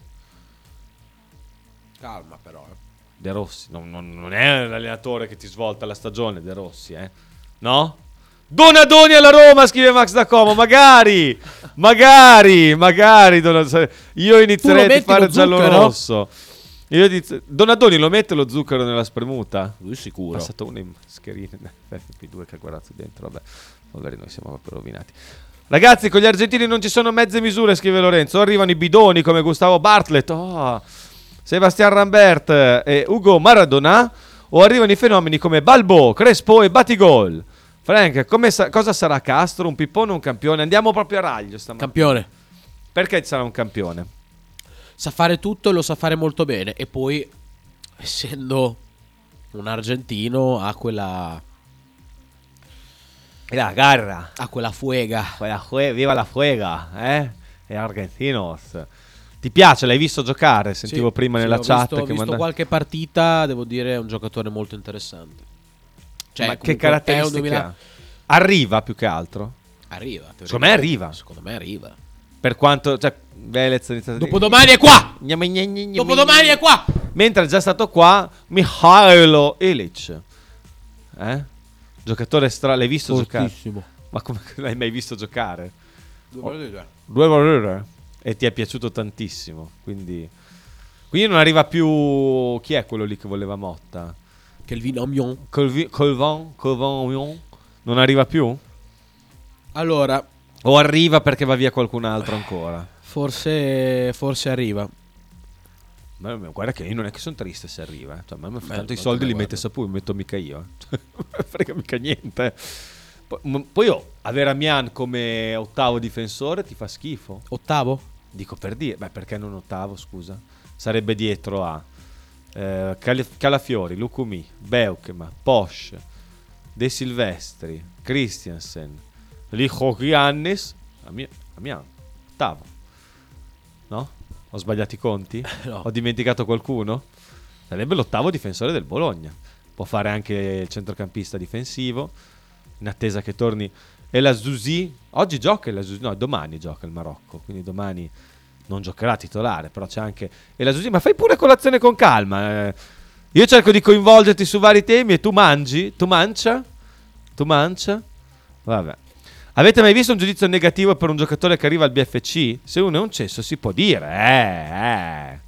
Speaker 6: Calma, però. eh.
Speaker 3: De Rossi, non, non- non è l'allenatore che ti svolta la stagione, De Rossi, eh? No? Donadoni alla Roma, scrive Max da Como, magari, magari, magari. Dona- Io inizierei a
Speaker 6: metti
Speaker 3: fare
Speaker 6: lo zucchero?
Speaker 3: giallo rosso. Io diz- Donadoni lo mette lo zucchero nella spremuta? Lui sicuro. È passato uno in mascherina. FP2 che ha guardato dentro, vabbè. Magari noi siamo proprio rovinati. Ragazzi, con gli argentini non ci sono mezze misure, scrive Lorenzo. Arrivano i bidoni come Gustavo Bartlett, oh, Sebastian Rambert e Ugo Maradona. O arrivano i fenomeni come Balbo, Crespo e Batigol. Frank, come sa- cosa sarà Castro? Un pippone o un campione? Andiamo proprio a raglio stamattina.
Speaker 6: Campione.
Speaker 3: Perché sarà un campione?
Speaker 6: Sa fare tutto e lo sa fare molto bene. E poi, essendo un argentino, ha quella.
Speaker 3: La garra.
Speaker 6: Ha quella fuega.
Speaker 3: Quella viva la fuega, eh? E Argentinos. Ti piace? L'hai visto giocare? Sentivo
Speaker 6: Sì,
Speaker 3: prima
Speaker 6: sì,
Speaker 3: nella
Speaker 6: ho
Speaker 3: chat
Speaker 6: visto,
Speaker 3: che
Speaker 6: ho visto
Speaker 3: manda-
Speaker 6: qualche partita, devo dire, è un giocatore molto interessante. Cioè,
Speaker 3: Ma
Speaker 6: comunque,
Speaker 3: che
Speaker 6: è un
Speaker 3: caratteristiche
Speaker 6: 2000
Speaker 3: ha? Arriva più che altro?
Speaker 6: Arriva.
Speaker 3: Secondo me arriva.
Speaker 6: Secondo me arriva.
Speaker 3: Per quanto... Cioè, Velez...
Speaker 6: Dopodomani è qua! Dopodomani è qua!
Speaker 3: Mentre è già stato qua Mihailo Ilic. Eh? Giocatore stra... L'hai visto
Speaker 6: Fortissimo.
Speaker 3: giocare? Ma come l'hai mai visto giocare?
Speaker 6: Due volte due.
Speaker 3: Due volte. E ti è piaciuto tantissimo. Quindi... Quindi non arriva più... Chi è quello lì che voleva Motta?
Speaker 6: Kelvin Omion.
Speaker 3: Colvi- Colvin, Colvin Omion? Non arriva più?
Speaker 6: Allora,
Speaker 3: O arriva perché va via qualcun altro ancora?
Speaker 6: forse, forse arriva.
Speaker 3: Ma ma guarda che io non è che sono triste se arriva. eh. Cioè, a me fa
Speaker 6: Beh,
Speaker 3: tanto i
Speaker 6: ma
Speaker 3: soldi
Speaker 6: te
Speaker 3: li
Speaker 6: ne
Speaker 3: mette Sapu, li metto mica io. eh. Cioè, Frega mica niente. Poi, m- poi oh, avere Amian come ottavo difensore ti fa schifo.
Speaker 6: Ottavo?
Speaker 3: Dico per dire. Beh, perché non ottavo, scusa? Sarebbe dietro a eh, Cali- Calafiori, Lucumi, Beukema, Posch, De Silvestri, Christiansen, Lichokiannis, Ami- Amian, ottavo. No? Ho sbagliato i conti?
Speaker 6: No.
Speaker 3: Ho dimenticato qualcuno? Sarebbe l'ottavo difensore del Bologna. Può fare anche il centrocampista difensivo. In attesa che torni. E la Zuzi. Oggi gioca la Zuzi. No, domani gioca il Marocco. Quindi domani non giocherà titolare. Però c'è anche. E la Zuzi. Ma fai pure colazione con calma. eh. Io cerco di coinvolgerti su vari temi e tu mangi. Tu mancia. Tu mancia. Vabbè. Avete mai visto un giudizio negativo per un giocatore che arriva al BFC? Se uno è un cesso si può dire,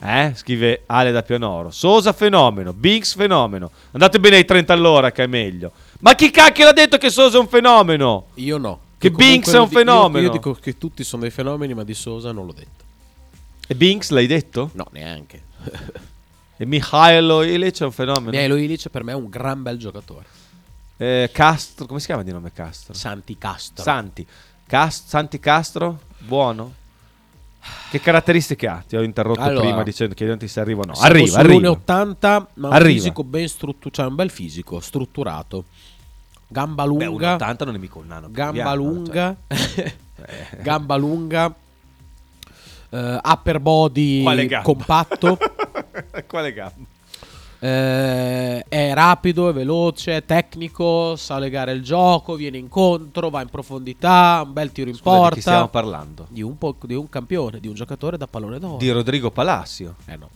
Speaker 3: eh, eh. Eh, scrive Ale da Pianoro. Sosa fenomeno, Binks fenomeno. Andate bene ai 30 all'ora che è meglio. Ma chi cacchio l'ha detto che Sosa è un fenomeno?
Speaker 6: Io no.
Speaker 3: Che
Speaker 6: Comunque
Speaker 3: Binks è un
Speaker 6: lo di- io-
Speaker 3: fenomeno.
Speaker 6: Io, dico che tutti sono dei fenomeni, ma di Sosa non l'ho detto.
Speaker 3: E Binks l'hai detto?
Speaker 6: No, neanche.
Speaker 3: E Mihailo Ilic è un fenomeno.
Speaker 6: Mielo Ilic per me è un gran bel giocatore.
Speaker 3: Eh, Castro, come si chiama di nome Castro?
Speaker 6: Santi Castro.
Speaker 3: Santi. Cas- Santi Castro, buono.
Speaker 19: Che caratteristiche ha? Ti ho interrotto
Speaker 6: Allora,
Speaker 19: prima dicendo chiedendoti se arriva o no.
Speaker 6: Se
Speaker 19: Arriva,
Speaker 6: fosse
Speaker 19: arriva.
Speaker 6: 1,80, ma un
Speaker 19: Arriva.
Speaker 6: fisico ben strutturato, cioè un bel fisico, strutturato. Gamba lunga.
Speaker 3: 1,80 non è mica un nano
Speaker 6: Gamba
Speaker 3: piano,
Speaker 6: lunga.
Speaker 3: cioè. Eh.
Speaker 6: gamba lunga. eh, upper body
Speaker 19: Quale gamba?
Speaker 6: compatto.
Speaker 19: Quale gamba?
Speaker 6: eh, è rapido, è veloce, è tecnico, sa legare il gioco, viene incontro, va in profondità, un bel tiro in
Speaker 3: Scusa, di chi
Speaker 6: porta.
Speaker 3: stiamo parlando?
Speaker 6: Di un, po- di un campione, di un giocatore da pallone d'oro.
Speaker 3: Di Rodrigo Palacio.
Speaker 6: Eh no.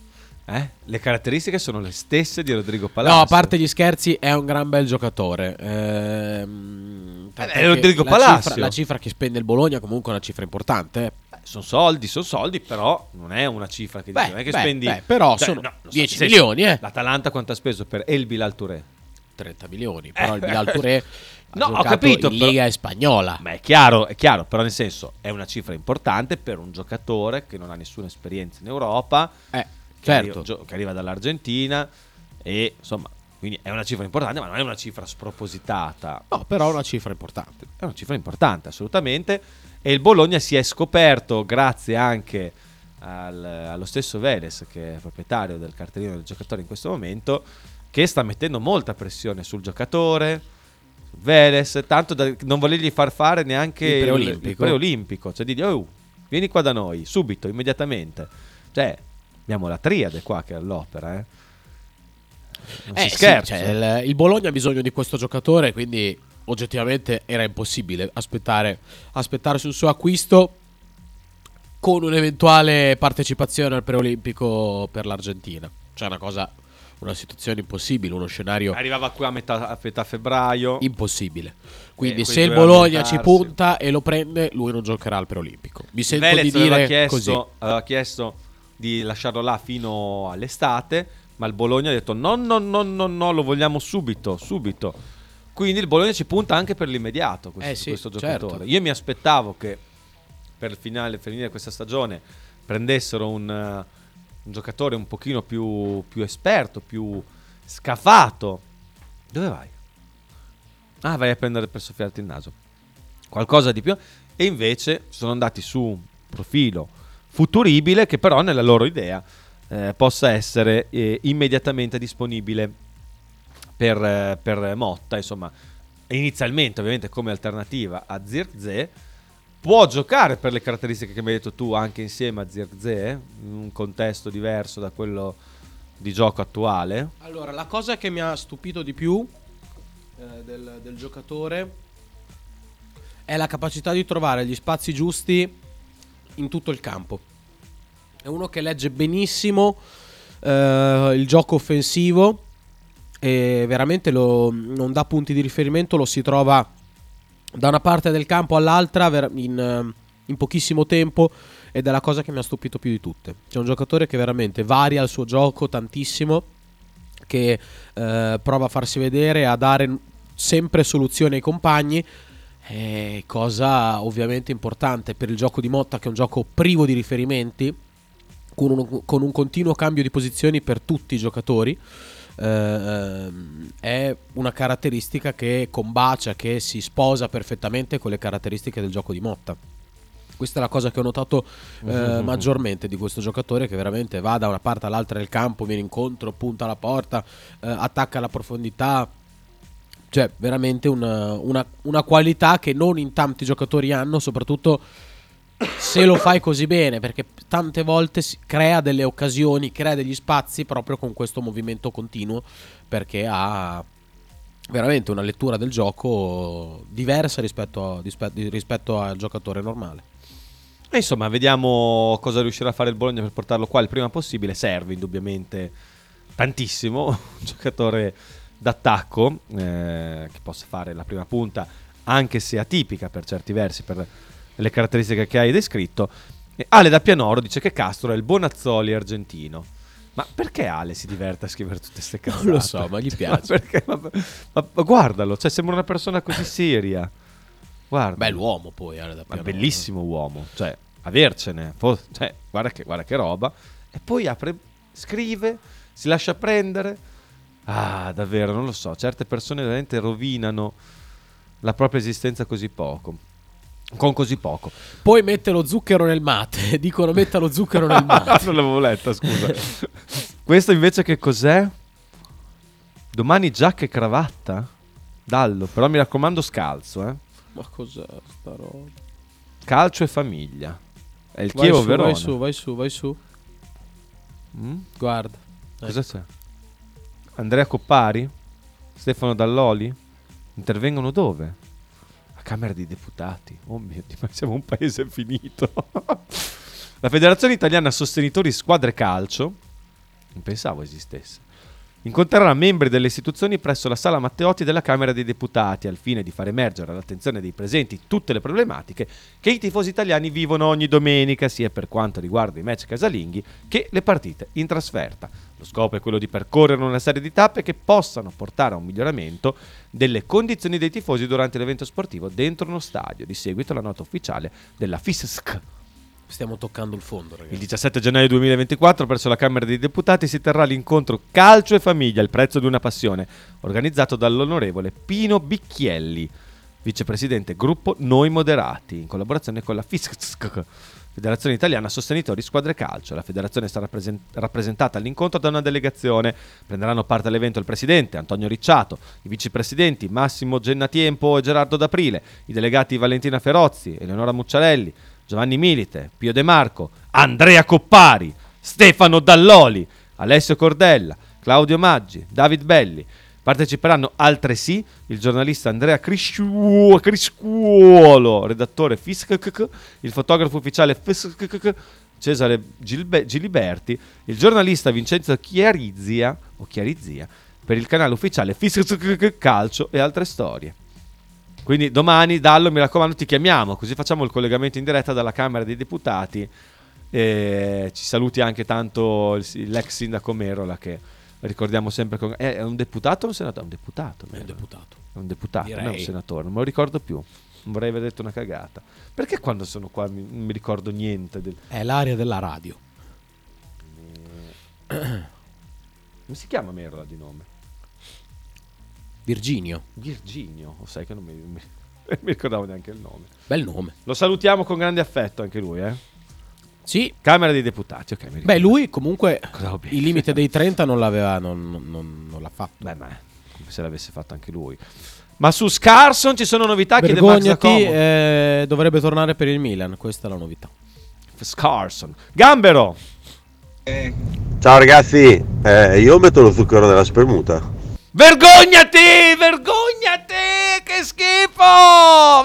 Speaker 3: Le caratteristiche sono le stesse di Rodrigo Palacio.
Speaker 6: No, a parte gli scherzi, è un gran bel giocatore. Ehm, tant'è
Speaker 3: Eh,
Speaker 6: che
Speaker 3: Rodrigo
Speaker 6: la
Speaker 3: Palacio.
Speaker 6: cifra- la cifra che spende il Bologna comunque è una cifra importante.
Speaker 3: Sono soldi, sono soldi, però non è una cifra che dici, non è che
Speaker 6: beh,
Speaker 3: spendi...
Speaker 6: beh, però sono
Speaker 3: non so,
Speaker 6: 10
Speaker 3: nel
Speaker 6: milioni, eh.
Speaker 3: L'Atalanta quanto ha speso per El Bilal Touré?
Speaker 6: 30 milioni, però il Bilal Touré ha
Speaker 3: No, ho
Speaker 6: giocato
Speaker 3: capito.
Speaker 6: in
Speaker 3: però-
Speaker 6: Liga Spagnola.
Speaker 3: Ma è chiaro, è chiaro, però nel senso è una cifra importante per un giocatore che non ha nessuna esperienza in Europa, che,
Speaker 6: certo.
Speaker 3: arriva, gio- che arriva dall'Argentina e insomma, quindi è una cifra importante, ma non è una cifra spropositata.
Speaker 6: No, però è una cifra importante.
Speaker 3: È una cifra importante, assolutamente. E il Bologna si è scoperto, grazie anche al- allo stesso Veles, che è proprietario del cartellino del giocatore in questo momento, che sta mettendo molta pressione sul giocatore. sul Veles, tanto da non volergli far fare neanche
Speaker 6: Il
Speaker 3: il
Speaker 6: preolimpico.
Speaker 3: il preolimpico, cioè dirgli "Oh, vieni qua da noi subito, immediatamente". Cioè, abbiamo la triade qua che è all'opera, eh. Non
Speaker 6: Eh,
Speaker 3: si
Speaker 6: sì,
Speaker 3: scherza.
Speaker 6: cioè, il, il Bologna ha bisogno di questo giocatore, quindi oggettivamente era impossibile aspettare, aspettarsi un suo acquisto con un'eventuale partecipazione al preolimpico per l'Argentina. Cioè una cosa, una situazione impossibile, uno scenario
Speaker 3: Arrivava qui a metà, a metà febbraio.
Speaker 6: impossibile. Quindi
Speaker 3: Eh,
Speaker 6: se il
Speaker 3: doveva
Speaker 6: Bologna ci
Speaker 3: ambientarsi.
Speaker 6: punta e lo prende, lui non giocherà al preolimpico. Mi sento
Speaker 3: Velez
Speaker 6: di
Speaker 3: aveva,
Speaker 6: dire così.
Speaker 3: chiesto, aveva chiesto di lasciarlo là fino all'estate, ma il Bologna ha detto no, no, no, no, no, lo vogliamo subito, subito. Quindi il Bologna ci punta anche per l'immediato questo,
Speaker 6: Eh sì,
Speaker 3: questo
Speaker 6: certo.
Speaker 3: giocatore. Io mi aspettavo che per il finale, per finire questa stagione prendessero un, eh, un giocatore un pochino più, più esperto, più scafato. Dove vai? Ah, vai a prendere per soffiarti il naso. Qualcosa di più. E invece sono andati su un profilo futuribile che però nella loro idea eh, possa essere eh, immediatamente disponibile per, eh, per Motta. Insomma, inizialmente ovviamente come alternativa a Zirze. Può giocare per le caratteristiche che mi hai detto tu anche insieme a Zirze, in un contesto diverso da quello di gioco attuale.
Speaker 6: Allora, la cosa che mi ha stupito di più eh, del, del giocatore è la capacità di trovare gli spazi giusti in tutto il campo. È uno che legge benissimo eh, il gioco offensivo e veramente lo- non dà punti di riferimento, lo si trova da una parte del campo all'altra ver- in, eh, in pochissimo tempo ed è la cosa che mi ha stupito più di tutte. C'è un giocatore che veramente varia il suo gioco tantissimo, che eh, prova a farsi vedere, a dare n- sempre soluzioni ai compagni, eh, cosa ovviamente importante per il gioco di Motta che è un gioco privo di riferimenti, con un, con un continuo cambio di posizioni per tutti i giocatori. ehm, è una caratteristica che combacia, che si sposa perfettamente con le caratteristiche del gioco di Motta. Questa è la cosa che ho notato eh, maggiormente di questo giocatore che veramente va da una parte all'altra del campo, viene incontro, punta alla porta, eh, attacca alla profondità. Cioè, veramente una, una- una qualità che non in tanti giocatori hanno, soprattutto se lo fai così bene, perché tante volte si crea delle occasioni, crea degli spazi proprio con questo movimento continuo, perché ha veramente una lettura del gioco diversa rispetto, a- dispe- rispetto al giocatore normale.
Speaker 3: E insomma, vediamo cosa riuscirà a fare il Bologna per portarlo qua il prima possibile. Serve indubbiamente tantissimo un giocatore d'attacco eh, che possa fare la prima punta, anche se atipica per certi versi, per le caratteristiche che hai descritto. E Ale da Pianoro dice che Castro è il Bonazzoli argentino. Ma perché Ale si diverte a scrivere tutte queste cose?
Speaker 6: Non lo so, ma gli piace.
Speaker 3: Ma, perché? Ma- ma- ma guardalo, cioè, sembra una persona così seria. Guarda.
Speaker 6: Beh, l'uomo poi, Ale da
Speaker 3: Ma
Speaker 6: Pianoro.
Speaker 3: bellissimo uomo, cioè, avercene, fo- cioè, guarda che, guarda che roba. E poi apre, scrive, si lascia prendere. Ah, davvero, non lo so, certe persone veramente rovinano la propria esistenza così poco. Con così poco.
Speaker 6: Poi mette lo zucchero nel mate. Dicono metta lo zucchero nel mate.
Speaker 3: non l'avevo letta, scusa. Questo invece che cos'è? Domani giacca e cravatta? Dallo, però mi raccomando scalzo, eh.
Speaker 6: Ma cos'è sta roba?
Speaker 3: Calcio e famiglia. È il
Speaker 6: Vai
Speaker 3: Chievo
Speaker 6: su,
Speaker 3: Verona.
Speaker 6: vai su, vai su, vai su. Guarda.
Speaker 3: Cosa c'è? Andrea Coppari? Stefano Dalloli? Intervengono dove? La Camera dei Deputati. Oh mio Dio, ma siamo un paese finito. La Federazione Italiana Sostenitori Squadre Calcio, non pensavo esistesse, incontrerà membri delle istituzioni presso la Sala Matteotti della Camera dei Deputati al fine di far emergere all'attenzione dei presenti tutte le problematiche che i tifosi italiani vivono ogni domenica, sia per quanto riguarda i match casalinghi che le partite in trasferta. Lo scopo è quello di percorrere una serie di tappe che possano portare a un miglioramento delle condizioni dei tifosi durante l'evento sportivo dentro uno stadio, di seguito la nota ufficiale della FISSC.
Speaker 6: Stiamo toccando il fondo, ragazzi.
Speaker 3: Il 17 gennaio 2024 presso la Camera dei Deputati si terrà l'incontro Calcio e Famiglia, il prezzo di una passione, organizzato dall'onorevole Pino Bicchielli, vicepresidente gruppo Noi Moderati, in collaborazione con la FISC, Federazione Italiana Sostenitori Squadre Calcio. La federazione sarà presen- rappresentata all'incontro da una delegazione. Prenderanno parte all'evento il presidente Antonio Ricciato, i vicepresidenti Massimo Gennatiempo e Gerardo D'Aprile, i delegati Valentina Ferozzi, Eleonora Mucciarelli, Giovanni Milite, Pio De Marco, Andrea Coppari, Stefano Dalloli, Alessio Cordella, Claudio Maggi, David Belli. Parteciperanno altresì il giornalista Andrea Crisciuo- Criscuolo, redattore FISC, il fotografo ufficiale FISC, Cesare Gilbe- Giliberti, il giornalista Vincenzo Chiarizia, o Chiarizia per il canale ufficiale FISC Calcio e altre storie. Quindi domani, Dallo, mi raccomando, ti chiamiamo, così facciamo il collegamento in diretta dalla Camera dei Deputati. E ci saluti anche tanto il- l'ex sindaco Merola che ricordiamo sempre con... È è un deputato o un senatore? È un deputato. Merola. È un deputato.
Speaker 6: Direi.
Speaker 3: non è un senatore, non me lo ricordo più. Non vorrei aver detto una cagata. Perché quando sono qua mi- non mi ricordo niente? Del...
Speaker 6: È l'area della radio.
Speaker 3: Eh, Come si chiama Merola di nome?
Speaker 6: Virginio.
Speaker 3: Virginio, oh, sai che non mi, mi- mi ricordavo neanche il nome.
Speaker 6: Bel nome.
Speaker 3: Lo salutiamo con grande affetto anche lui, eh?
Speaker 6: Sì.
Speaker 3: Camera dei Deputati, ok. mi ricordo.
Speaker 6: Beh, lui comunque
Speaker 3: Cosa ho detto?
Speaker 6: il limite dei 30 non l'aveva, non, non- non- non l'ha fatto.
Speaker 3: Beh, ma come se l'avesse fatto anche lui. Ma su Scarson ci sono novità che Max
Speaker 6: Vergognati,
Speaker 3: Como.
Speaker 6: eh, dovrebbe tornare per il Milan, questa è la novità.
Speaker 3: Scarson. Gambero!
Speaker 7: Ciao ragazzi, eh, io metto lo zucchero nella spremuta.
Speaker 3: Vergognati! Vergognati! Che schifo!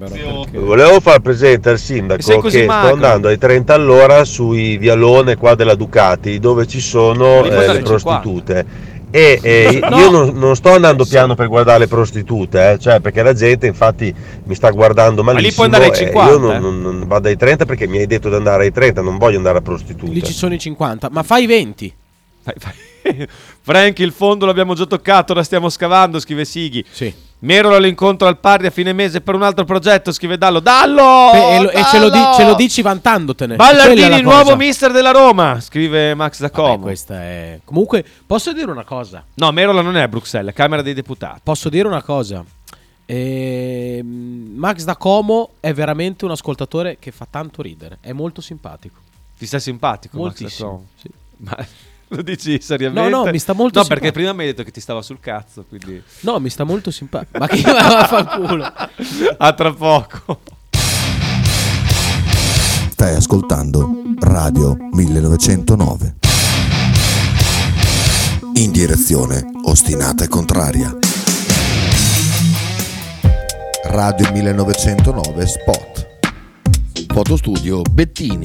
Speaker 3: Vergognati!
Speaker 7: Volevo far presente al sindaco
Speaker 3: sei così
Speaker 7: che
Speaker 3: magro?
Speaker 7: sto andando ai 30 all'ora sui vialone qua della Ducati dove ci sono
Speaker 3: Devi
Speaker 7: eh,
Speaker 3: guardare
Speaker 7: le
Speaker 3: i
Speaker 7: prostitute. E eh, io non, non sto andando piano per guardare le prostitute, eh, cioè perché la gente infatti mi sta guardando
Speaker 3: lì
Speaker 7: malissimo.
Speaker 3: puoi andare ai
Speaker 7: e
Speaker 3: 50,
Speaker 7: io non, non- non vado ai 30 perché mi hai detto di andare ai 30, non voglio andare a prostitute.
Speaker 6: Lì ci sono i 50, ma fai 20.
Speaker 3: Frank, il fondo l'abbiamo già toccato, ora stiamo scavando, scrive Sighi.
Speaker 6: Sì.
Speaker 3: Merolo l'incontro al pari a fine mese per un altro progetto, scrive Dallo. Dallo!
Speaker 6: Beh, e, lo- e ce, lo di-
Speaker 3: Dallo!
Speaker 6: ce lo dici vantandotene. Quella è
Speaker 3: Ballardini,
Speaker 6: la
Speaker 3: nuovo
Speaker 6: cosa.
Speaker 3: mister della Roma, scrive Max Dacomo.
Speaker 6: questa è... Eh, Comunque, posso dire una cosa?
Speaker 3: No, Merola non è a Bruxelles, è Camera dei Deputati.
Speaker 6: Posso dire una cosa? Ehm, Max da Como è veramente un ascoltatore che fa tanto ridere, è molto simpatico.
Speaker 3: Ti sta simpatico,
Speaker 6: Moltissimo,
Speaker 3: Ecco, Max Dacomo? Ma lo dici seriamente?
Speaker 6: No, no, mi sta molto
Speaker 3: No, perché
Speaker 6: simpatico.
Speaker 3: prima mi hai detto che ti stava sul cazzo, quindi...
Speaker 6: No, mi sta molto simpatico. Ma che vaffanculo.
Speaker 3: A tra poco.
Speaker 20: Stai ascoltando Radio 1909. In direzione ostinata e contraria.
Speaker 4: Radio 1909 Spot. Fotostudio Bettini,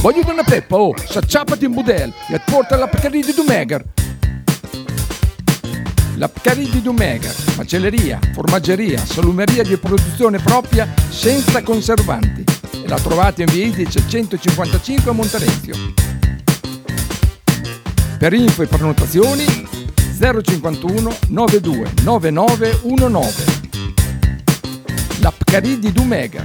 Speaker 14: Voglio una peppa, oh, s'acciappati in budel e porta la Pcarì di Dumegar. La Pcarì di Dumegar, macelleria, formaggeria, salumeria di produzione propria senza conservanti. E la trovate in via Idice 155 a Monterezio. Per info e prenotazioni 051 92 9919. La Pcarì di Dumegar.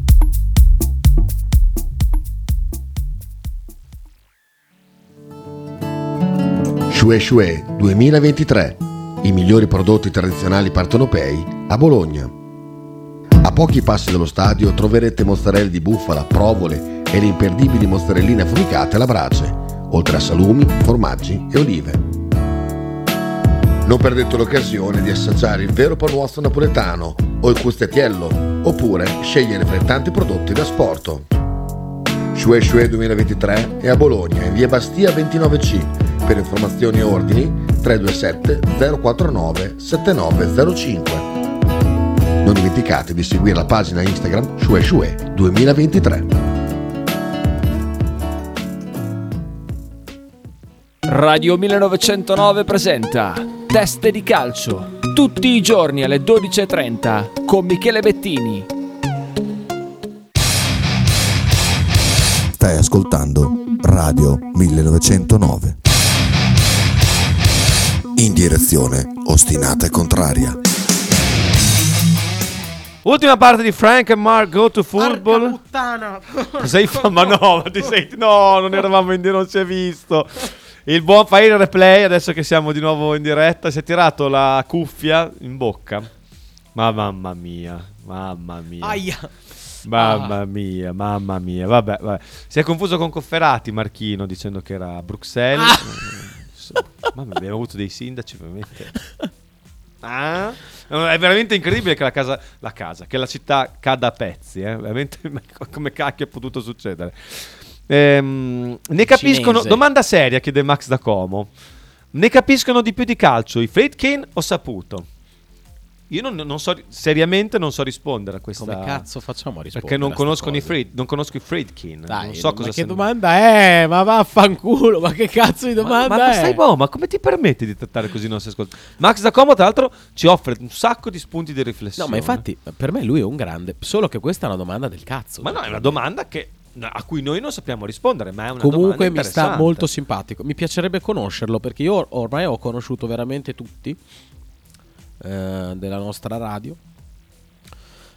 Speaker 15: Shue Shue 2023. I migliori prodotti tradizionali partenopei a Bologna. A pochi passi dallo stadio troverete mozzarella di bufala, provole e le imperdibili mozzarelline affumicate alla brace, oltre a salumi, formaggi e olive.
Speaker 4: Non perdete l'occasione di assaggiare il vero panuozzo napoletano o il custettiello, oppure scegliere fra i tanti prodotti da sporto.
Speaker 15: Shue Shue 2023 è a Bologna in via Bastia 29C. Per informazioni e ordini 327 049 7905.
Speaker 4: Non dimenticate di seguire la pagina Instagram Shue Shue 2023.
Speaker 5: Radio 1909 presenta Teste di calcio, tutti i giorni alle 12.30 con Michele Bettini.
Speaker 21: Stai ascoltando Radio 1909. In direzione ostinata e contraria.
Speaker 3: Ultima parte di Frank e Mark Go to Football.
Speaker 2: Puttana.
Speaker 3: Sei fa- ma no, ma ti sei- no, non eravamo in diretta, non si è visto. Il buon Fire Replay, adesso che siamo di nuovo in diretta, si è tirato la cuffia in bocca. Ma mamma mia, mamma mia.
Speaker 2: Aia.
Speaker 3: Mamma mia, mamma mia. Vabbè, vabbè. Si è confuso con Cofferati Marchino dicendo che era a Bruxelles. Eh, Mamma mia, abbiamo avuto dei sindaci veramente. Ah? È veramente incredibile che la casa, la casa, che la città cada a pezzi. eh. Veramente, ma co- come cacchio è potuto succedere? Ehm, ne capiscono.
Speaker 22: Cinese.
Speaker 3: Domanda seria, chiede Max da Como. Ne capiscono di più di calcio i Friedkin o Saputo? Io non, non so, seriamente non so rispondere a questa.
Speaker 6: Come cazzo facciamo a rispondere
Speaker 3: Perché non
Speaker 6: a sta
Speaker 3: conosco, i
Speaker 6: cosa?
Speaker 3: Fried- non conosco i Friedkin.
Speaker 6: Dai,
Speaker 3: non so
Speaker 6: ma
Speaker 3: cosa
Speaker 6: che
Speaker 3: siano.
Speaker 18: Domanda è, ma vaffanculo, ma che cazzo di
Speaker 3: Ma,
Speaker 18: domanda
Speaker 3: ma
Speaker 18: è?
Speaker 3: stai boh, ma come ti permetti di trattare così i nostri ascoltatori? Max da Como, tra l'altro, ci offre un sacco di spunti di riflessione.
Speaker 6: No, ma infatti, per me lui è un grande. Solo che questa è una domanda del cazzo.
Speaker 3: Ma no, è una domanda che, a cui noi non sappiamo rispondere, ma è una domanda
Speaker 6: Comunque mi sta
Speaker 3: interessante.
Speaker 6: molto simpatico. Mi piacerebbe conoscerlo perché io or- ormai ho conosciuto veramente tutti eh, della nostra radio.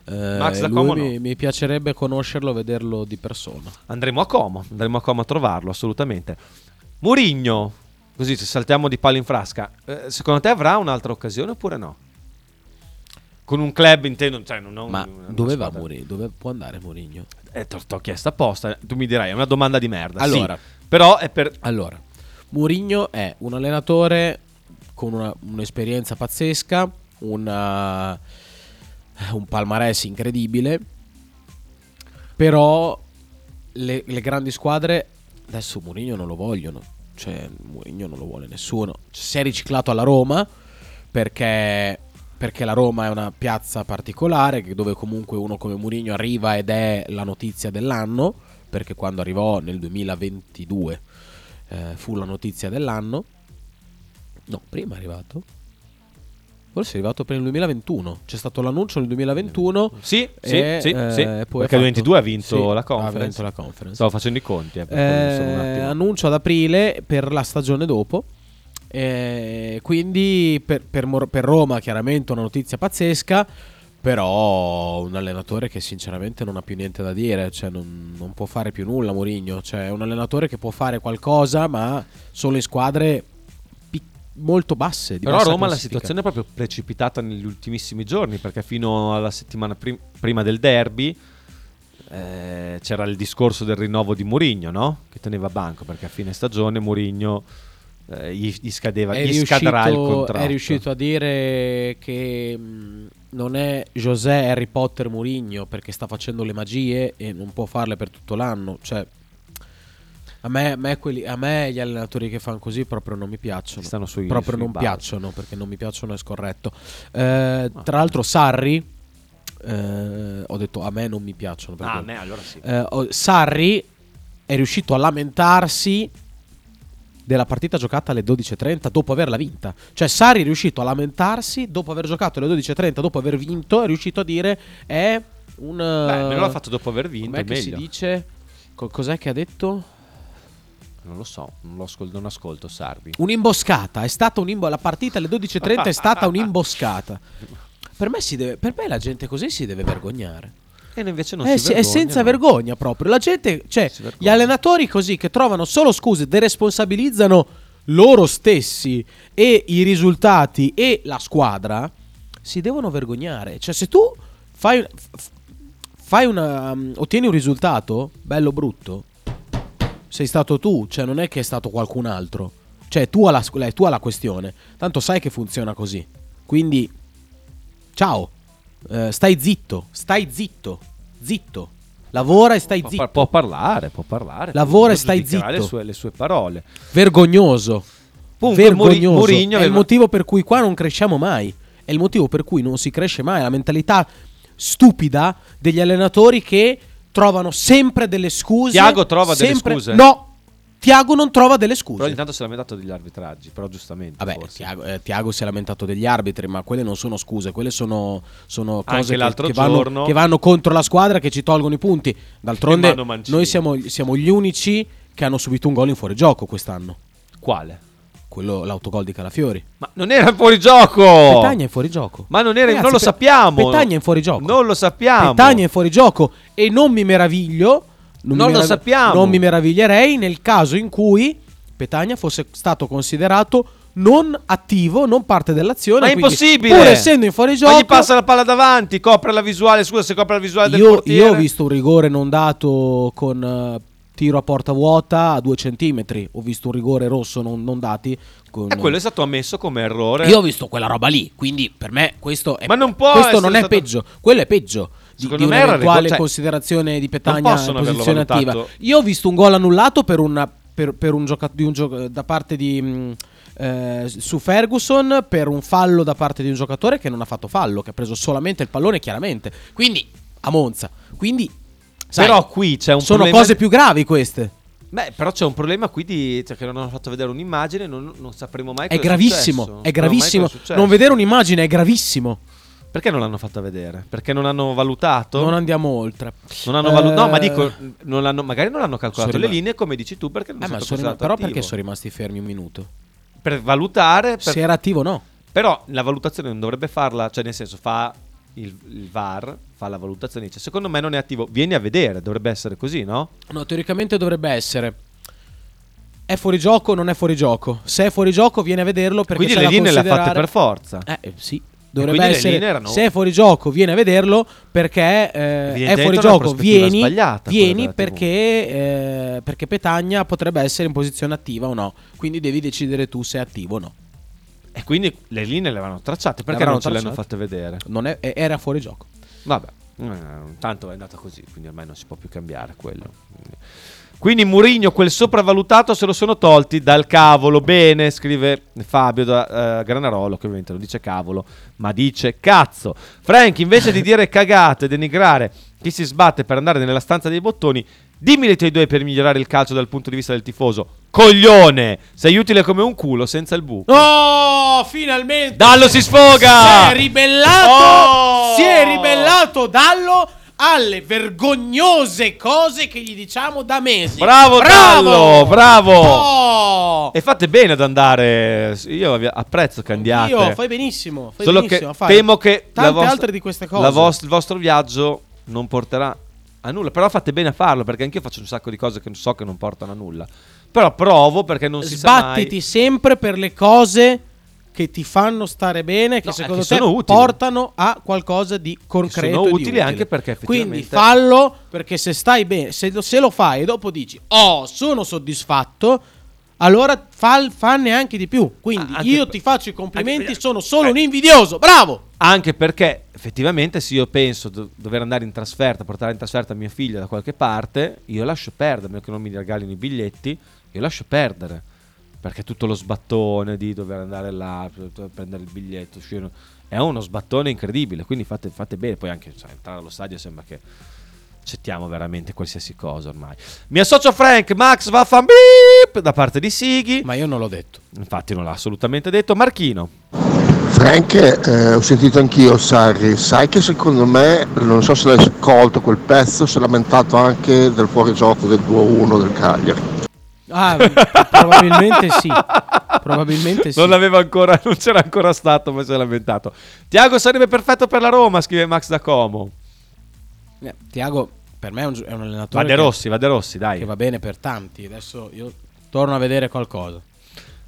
Speaker 6: Eh,
Speaker 3: Max da
Speaker 6: lui
Speaker 3: Como
Speaker 6: mi, mi piacerebbe conoscerlo, vederlo di persona.
Speaker 3: Andremo a Como, andremo a Como a trovarlo, assolutamente. Murigno, così se saltiamo di palo in frasca, eh, secondo te avrà un'altra occasione oppure no? Con un club intendo, cioè non ho
Speaker 6: Ma
Speaker 3: una
Speaker 6: dove va
Speaker 3: squadra.
Speaker 6: Mourinho? Dove può andare Mourinho?
Speaker 3: Eh, te l'ho chiesta apposta, tu mi dirai, è una domanda di merda. sì.
Speaker 6: Allora.
Speaker 3: però è per...
Speaker 6: Allora, Mourinho è un allenatore con una- un'esperienza pazzesca, una- un palmarès incredibile, però le, le grandi squadre adesso Mourinho non lo vogliono, cioè Mourinho non lo vuole nessuno. Cioè, si è riciclato alla Roma perché, perché la Roma è una piazza particolare che- dove comunque uno come Mourinho arriva ed è la notizia dell'anno, perché quando arrivò nel 2022 eh, fu la notizia dell'anno. No, prima è arrivato. Forse è arrivato per il 2021. C'è stato l'annuncio nel 2021.
Speaker 3: Sì, sì,
Speaker 6: e,
Speaker 3: sì,
Speaker 6: eh,
Speaker 3: sì.
Speaker 6: e poi ha
Speaker 3: perché il
Speaker 6: fatto-
Speaker 3: 22 ha vinto,
Speaker 6: sì,
Speaker 3: la conference.
Speaker 6: vinto la conference.
Speaker 3: Stavo facendo i conti, eh, per cui sono un
Speaker 6: Eh,
Speaker 3: attimo-
Speaker 6: annuncio ad aprile per la stagione dopo. Eh, quindi per, per Mor- per Roma chiaramente una notizia pazzesca, però un allenatore che sinceramente non ha più niente da dire, cioè non, non può fare più nulla Mourinho, cioè è un allenatore che può fare qualcosa ma solo in squadre molto basse. di
Speaker 3: Però a
Speaker 6: bassa
Speaker 3: Roma la
Speaker 6: classifica.
Speaker 3: situazione è proprio precipitata negli ultimissimi giorni, perché fino alla settimana prim- prima del derby eh, c'era il discorso del rinnovo di Mourinho, no? Che teneva banco, perché a fine stagione Mourinho eh, gli, gli scadeva,
Speaker 23: È
Speaker 3: gli scadrà il
Speaker 23: riuscito-
Speaker 3: contratto.
Speaker 23: è
Speaker 3: È
Speaker 23: riuscito
Speaker 6: riuscito a dire che mh, non è José Harry Potter Murigno perché sta facendo le magie e non può farle per tutto l'anno. Cioè, a me, a me quelli- a me gli allenatori che fanno così proprio non mi piacciono.
Speaker 3: stanno sui-
Speaker 6: proprio
Speaker 3: sui
Speaker 6: non
Speaker 3: balzi.
Speaker 6: piacciono perché non mi piacciono è scorretto.
Speaker 3: Ah.
Speaker 6: Eh, tra l'altro, Sarri. eh, ho detto a me non mi piacciono. per
Speaker 3: Ah, a
Speaker 6: quello.
Speaker 3: me allora sì.
Speaker 6: Eh, oh, Sarri è riuscito a lamentarsi della partita giocata alle 12.30 dopo averla vinta. Cioè Sari è riuscito a lamentarsi dopo aver giocato alle 12.30, dopo aver vinto, è riuscito a dire è un... eh,
Speaker 3: Beh, me l'ha fatto dopo aver vinto,
Speaker 6: Com'è
Speaker 3: è
Speaker 6: che si
Speaker 3: meglio.
Speaker 6: dice? Co- cos'è che ha detto?
Speaker 3: Non lo so, non, lo ascol- non ascolto Sarbi.
Speaker 6: Un'imboscata, è stata un'imbo- la partita alle 12.30 è stata un'imboscata. Per me, si deve- per me la gente così si deve vergognare.
Speaker 3: E invece non
Speaker 6: Eh,
Speaker 3: si
Speaker 6: sì, è
Speaker 3: vergogna,
Speaker 6: senza
Speaker 3: no?
Speaker 6: vergogna proprio. La gente, cioè, gli allenatori così che trovano solo scuse, deresponsabilizzano loro stessi e i risultati e la squadra, si devono vergognare. Cioè, se tu fai, f- fai una, mm, ottieni un risultato, bello o brutto, sei stato tu, cioè non è che è stato qualcun altro. Cioè, tu hai la, scu- è tua la questione. Tanto sai che funziona così. Quindi, ciao. Eh, stai zitto, stai zitto, zitto. Lavora e stai
Speaker 3: Può,
Speaker 6: zitto.
Speaker 3: par- può parlare, può parlare.
Speaker 6: Lavora e
Speaker 3: può
Speaker 6: stai
Speaker 3: giudicare Le
Speaker 6: zitto.
Speaker 3: sue, le sue parole.
Speaker 6: Vergognoso.
Speaker 3: Comunque,
Speaker 6: Vergognoso.
Speaker 3: Muri- Mourinho
Speaker 6: è il
Speaker 3: aveva-
Speaker 6: motivo per cui qua non cresciamo mai. È il motivo per cui non si cresce mai. La mentalità stupida degli allenatori che trovano sempre delle scuse.
Speaker 3: Thiago trova delle
Speaker 6: sempre-
Speaker 3: scuse.
Speaker 6: No, Tiago non trova delle
Speaker 3: Però ogni
Speaker 6: scuse.
Speaker 3: tanto si è lamentato degli arbitraggi, però giustamente.
Speaker 6: Vabbè, Tiago, si è lamentato degli arbitri, ma quelle non sono scuse, quelle sono, sono
Speaker 3: Anche
Speaker 6: cose che,
Speaker 3: l'altro
Speaker 6: che vanno,
Speaker 3: giorno-
Speaker 6: che vanno contro la squadra, che ci tolgono i punti.
Speaker 3: E
Speaker 6: D'altronde,
Speaker 3: Manu Mancini.
Speaker 6: noi siamo, siamo gli unici che hanno subito un gol in fuorigioco quest'anno.
Speaker 3: Quale?
Speaker 6: Quello, l'autogol di Calafiori.
Speaker 3: Ma non era fuori gioco.
Speaker 6: Petagna è fuori gioco.
Speaker 3: Ma non, era,
Speaker 6: Ragazzi,
Speaker 3: non lo
Speaker 6: Pe-
Speaker 3: sappiamo.
Speaker 6: Petagna è in fuorigioco.
Speaker 3: Non lo sappiamo.
Speaker 6: Petagna è fuori gioco e non mi meraviglio.
Speaker 3: Non
Speaker 6: mi
Speaker 3: lo sappiamo.
Speaker 6: Non mi meraviglierei nel caso in cui Petagna fosse stato considerato non attivo, non parte dell'azione.
Speaker 3: Ma è
Speaker 6: quindi,
Speaker 3: impossibile.
Speaker 6: Pur essendo in fuorigioco.
Speaker 3: Ma gli passa la palla davanti, copre la visuale. Scusa, se copre la visuale del
Speaker 6: io,
Speaker 3: portiere.
Speaker 6: io ho visto un rigore non dato con eh, tiro a porta vuota a due centimetri. Ho visto un rigore rosso non, non dati. Con,
Speaker 3: E Eh, quello è stato ammesso come errore.
Speaker 6: Io ho visto quella roba lì, quindi per me questo è
Speaker 3: Ma non può
Speaker 6: questo
Speaker 3: essere
Speaker 6: non è
Speaker 3: stato-
Speaker 6: peggio, quello è peggio di,
Speaker 3: Secondo
Speaker 6: di
Speaker 3: me era
Speaker 6: un'eventuale
Speaker 3: regol- cioè,
Speaker 6: considerazione di
Speaker 3: non
Speaker 6: Petagna in
Speaker 3: possono averlo
Speaker 6: posizione
Speaker 3: valutato.
Speaker 6: attiva. Io ho visto un gol annullato per una- per- per un gioca- di un gioca- da parte di mh, eh, su Ferguson per un fallo da parte di un giocatore che non ha fatto fallo, che ha preso solamente il pallone chiaramente. Quindi a Monza. Quindi sai,
Speaker 3: Però qui c'è un
Speaker 6: sono
Speaker 3: problema-
Speaker 6: cose più gravi queste.
Speaker 3: Beh, però c'è un problema qui di cioè, che non hanno fatto vedere un'immagine, non, non sapremo mai
Speaker 6: È
Speaker 3: cosa
Speaker 6: gravissimo,
Speaker 3: successo.
Speaker 6: è
Speaker 3: Non sapremo mai
Speaker 6: gravissimo.
Speaker 3: cosa è successo.
Speaker 6: Non vedere un'immagine è gravissimo.
Speaker 3: Perché non l'hanno fatta vedere? Perché non hanno valutato?
Speaker 6: Non andiamo oltre.
Speaker 3: Non hanno valu- No, ma
Speaker 6: Eh,
Speaker 3: dico, non l'hanno- magari non hanno
Speaker 6: sono
Speaker 3: calcolato le
Speaker 6: rimasto-
Speaker 3: linee come dici tu perché non
Speaker 6: Eh,
Speaker 3: sono
Speaker 6: ma
Speaker 3: stato
Speaker 6: sono rima-
Speaker 3: considerato
Speaker 6: però
Speaker 3: esatto attivo.
Speaker 6: perché sono rimasti fermi un minuto?
Speaker 3: Per valutare... per-
Speaker 6: Se era attivo o no.
Speaker 3: Però la valutazione non dovrebbe farla, cioè nel senso fa il, il VAR, fa la valutazione e dice secondo me non è attivo, vieni a vedere, dovrebbe essere così, no?
Speaker 6: No, teoricamente dovrebbe essere. È fuori gioco o non è fuori gioco? Se è fuori gioco, viene a vederlo perché
Speaker 3: Quindi
Speaker 6: c'è
Speaker 3: le
Speaker 6: da
Speaker 3: linee le ha fatte
Speaker 6: considerare-
Speaker 3: per forza.
Speaker 6: Eh, eh, sì.
Speaker 3: E
Speaker 6: Dovrebbe
Speaker 3: quindi le
Speaker 6: essere.
Speaker 3: linee erano-
Speaker 6: Se è fuori gioco, viene a vederlo perché eh, è
Speaker 3: Evidentemente
Speaker 6: fuori
Speaker 3: una
Speaker 6: gioco.
Speaker 3: prospettiva
Speaker 6: Vieni,
Speaker 3: sbagliata quella
Speaker 6: vieni
Speaker 3: della TV.
Speaker 6: perché, eh, perché Petagna potrebbe essere in posizione attiva o no. Quindi devi decidere tu se è attivo o no.
Speaker 3: E quindi le linee le vanno tracciate, perché
Speaker 6: L'avranno
Speaker 3: non ce le hanno fatte
Speaker 6: tracciate.
Speaker 3: vedere?
Speaker 6: Non è- eh, era fuori gioco.
Speaker 3: Vabbè, eh, tanto è andata così, quindi ormai non si può più cambiare quello. Quindi Murigno, quel sopravvalutato, se lo sono tolti dal cavolo. Bene, scrive Fabio da eh, Granarolo, che ovviamente non dice cavolo, ma dice cazzo. Frank, invece di dire cagate, denigrare chi si sbatte per andare nella stanza dei bottoni, dimmi le tue idee per migliorare il calcio dal punto di vista del tifoso. Coglione! Sei utile come un culo senza il buco.
Speaker 6: Oh, finalmente!
Speaker 3: Dallo si sfoga!
Speaker 6: Si è ribellato!
Speaker 3: Oh!
Speaker 6: Si è ribellato Dallo alle vergognose cose che gli diciamo da mesi.
Speaker 3: Bravo, Dallo, bravo.
Speaker 6: Oh!
Speaker 3: E fate bene ad andare. Io vi apprezzo Candiate.
Speaker 6: Io, fai benissimo, fai
Speaker 3: Solo
Speaker 6: benissimo a
Speaker 3: che
Speaker 6: fare
Speaker 3: temo che la
Speaker 6: tante
Speaker 3: vostra-
Speaker 6: altre di queste cose.
Speaker 3: la vos- il vostro viaggio non porterà a nulla. Però fate bene a farlo perché anch'io faccio un sacco di cose che so che non portano a nulla. Però provo perché non si sa mai.
Speaker 6: Sbattiti sempre per le cose che ti fanno stare bene, che
Speaker 3: No,
Speaker 6: secondo
Speaker 3: che
Speaker 6: te
Speaker 3: sono utili.
Speaker 6: portano a qualcosa di concreto.
Speaker 3: sono
Speaker 6: e di
Speaker 3: utili
Speaker 6: utile.
Speaker 3: anche perché effettivamente-
Speaker 6: Quindi fallo perché se stai bene, se lo, se lo fai e dopo dici oh sono soddisfatto, allora fal- fanne anche di più. Quindi
Speaker 3: Ah,
Speaker 6: io ti faccio i complimenti, sono
Speaker 3: eh.
Speaker 6: solo un invidioso, bravo!
Speaker 3: Anche perché effettivamente se io penso di dover andare in trasferta, portare in trasferta mio figlio da qualche parte, io lascio perdere, a meno che non mi regalino i biglietti, io lascio perdere. Perché tutto lo sbattone di dover andare là, eh, prendere il biglietto, uscire, è uno sbattone incredibile, quindi fate, fate bene. Poi anche sai, entrare allo stadio sembra che accettiamo veramente qualsiasi cosa ormai. Mi associo a Frank, Max vaffan beep da parte di Sighi.
Speaker 6: Ma io non l'ho detto.
Speaker 3: Infatti non l'ha assolutamente detto. Marchino.
Speaker 24: Frank, eh, ho sentito anch'io Sarri, sai che secondo me, non so se l'hai colto quel pezzo, si è lamentato anche del fuorigioco del 2-1 del Cagliari.
Speaker 6: Ah, probabilmente sì. Probabilmente sì.
Speaker 3: Non l'aveva ancora, non c'era ancora stato, ma si è lamentato. Tiago sarebbe perfetto per la Roma, scrive Max da Como.
Speaker 6: Eh, Tiago, per me è un, gi- è un allenatore.
Speaker 3: Va De
Speaker 6: che-
Speaker 3: Rossi, va De Rossi, dai.
Speaker 6: Che va bene per tanti. Adesso io torno a vedere qualcosa.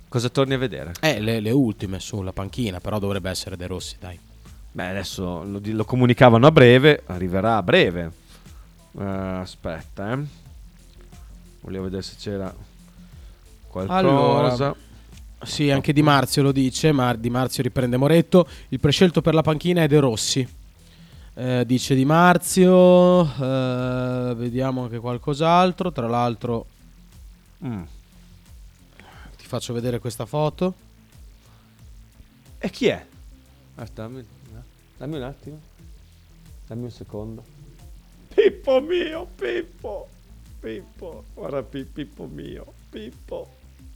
Speaker 3: Cosa torni a vedere?
Speaker 6: Eh, le, le ultime sulla panchina, però dovrebbe essere De Rossi, dai.
Speaker 3: Beh, adesso lo, di- lo comunicavano a breve, arriverà a breve. Eh, aspetta, eh. Volevo vedere se c'era qualcosa.
Speaker 6: Sì, anche Di Marzio lo dice, ma Di Marzio riprende Moretto. Il prescelto per la panchina è De Rossi. Eh, dice Di Marzio. eh, vediamo anche qualcos'altro. Tra l'altro,
Speaker 3: Mm.
Speaker 6: ti faccio vedere questa foto.
Speaker 3: E chi è? Aspetta, Ah, dammi, dammi un attimo. Dammi un secondo. Pippo mio, Pippo. Pippo, guarda Pi- Pippo mio, Pippo.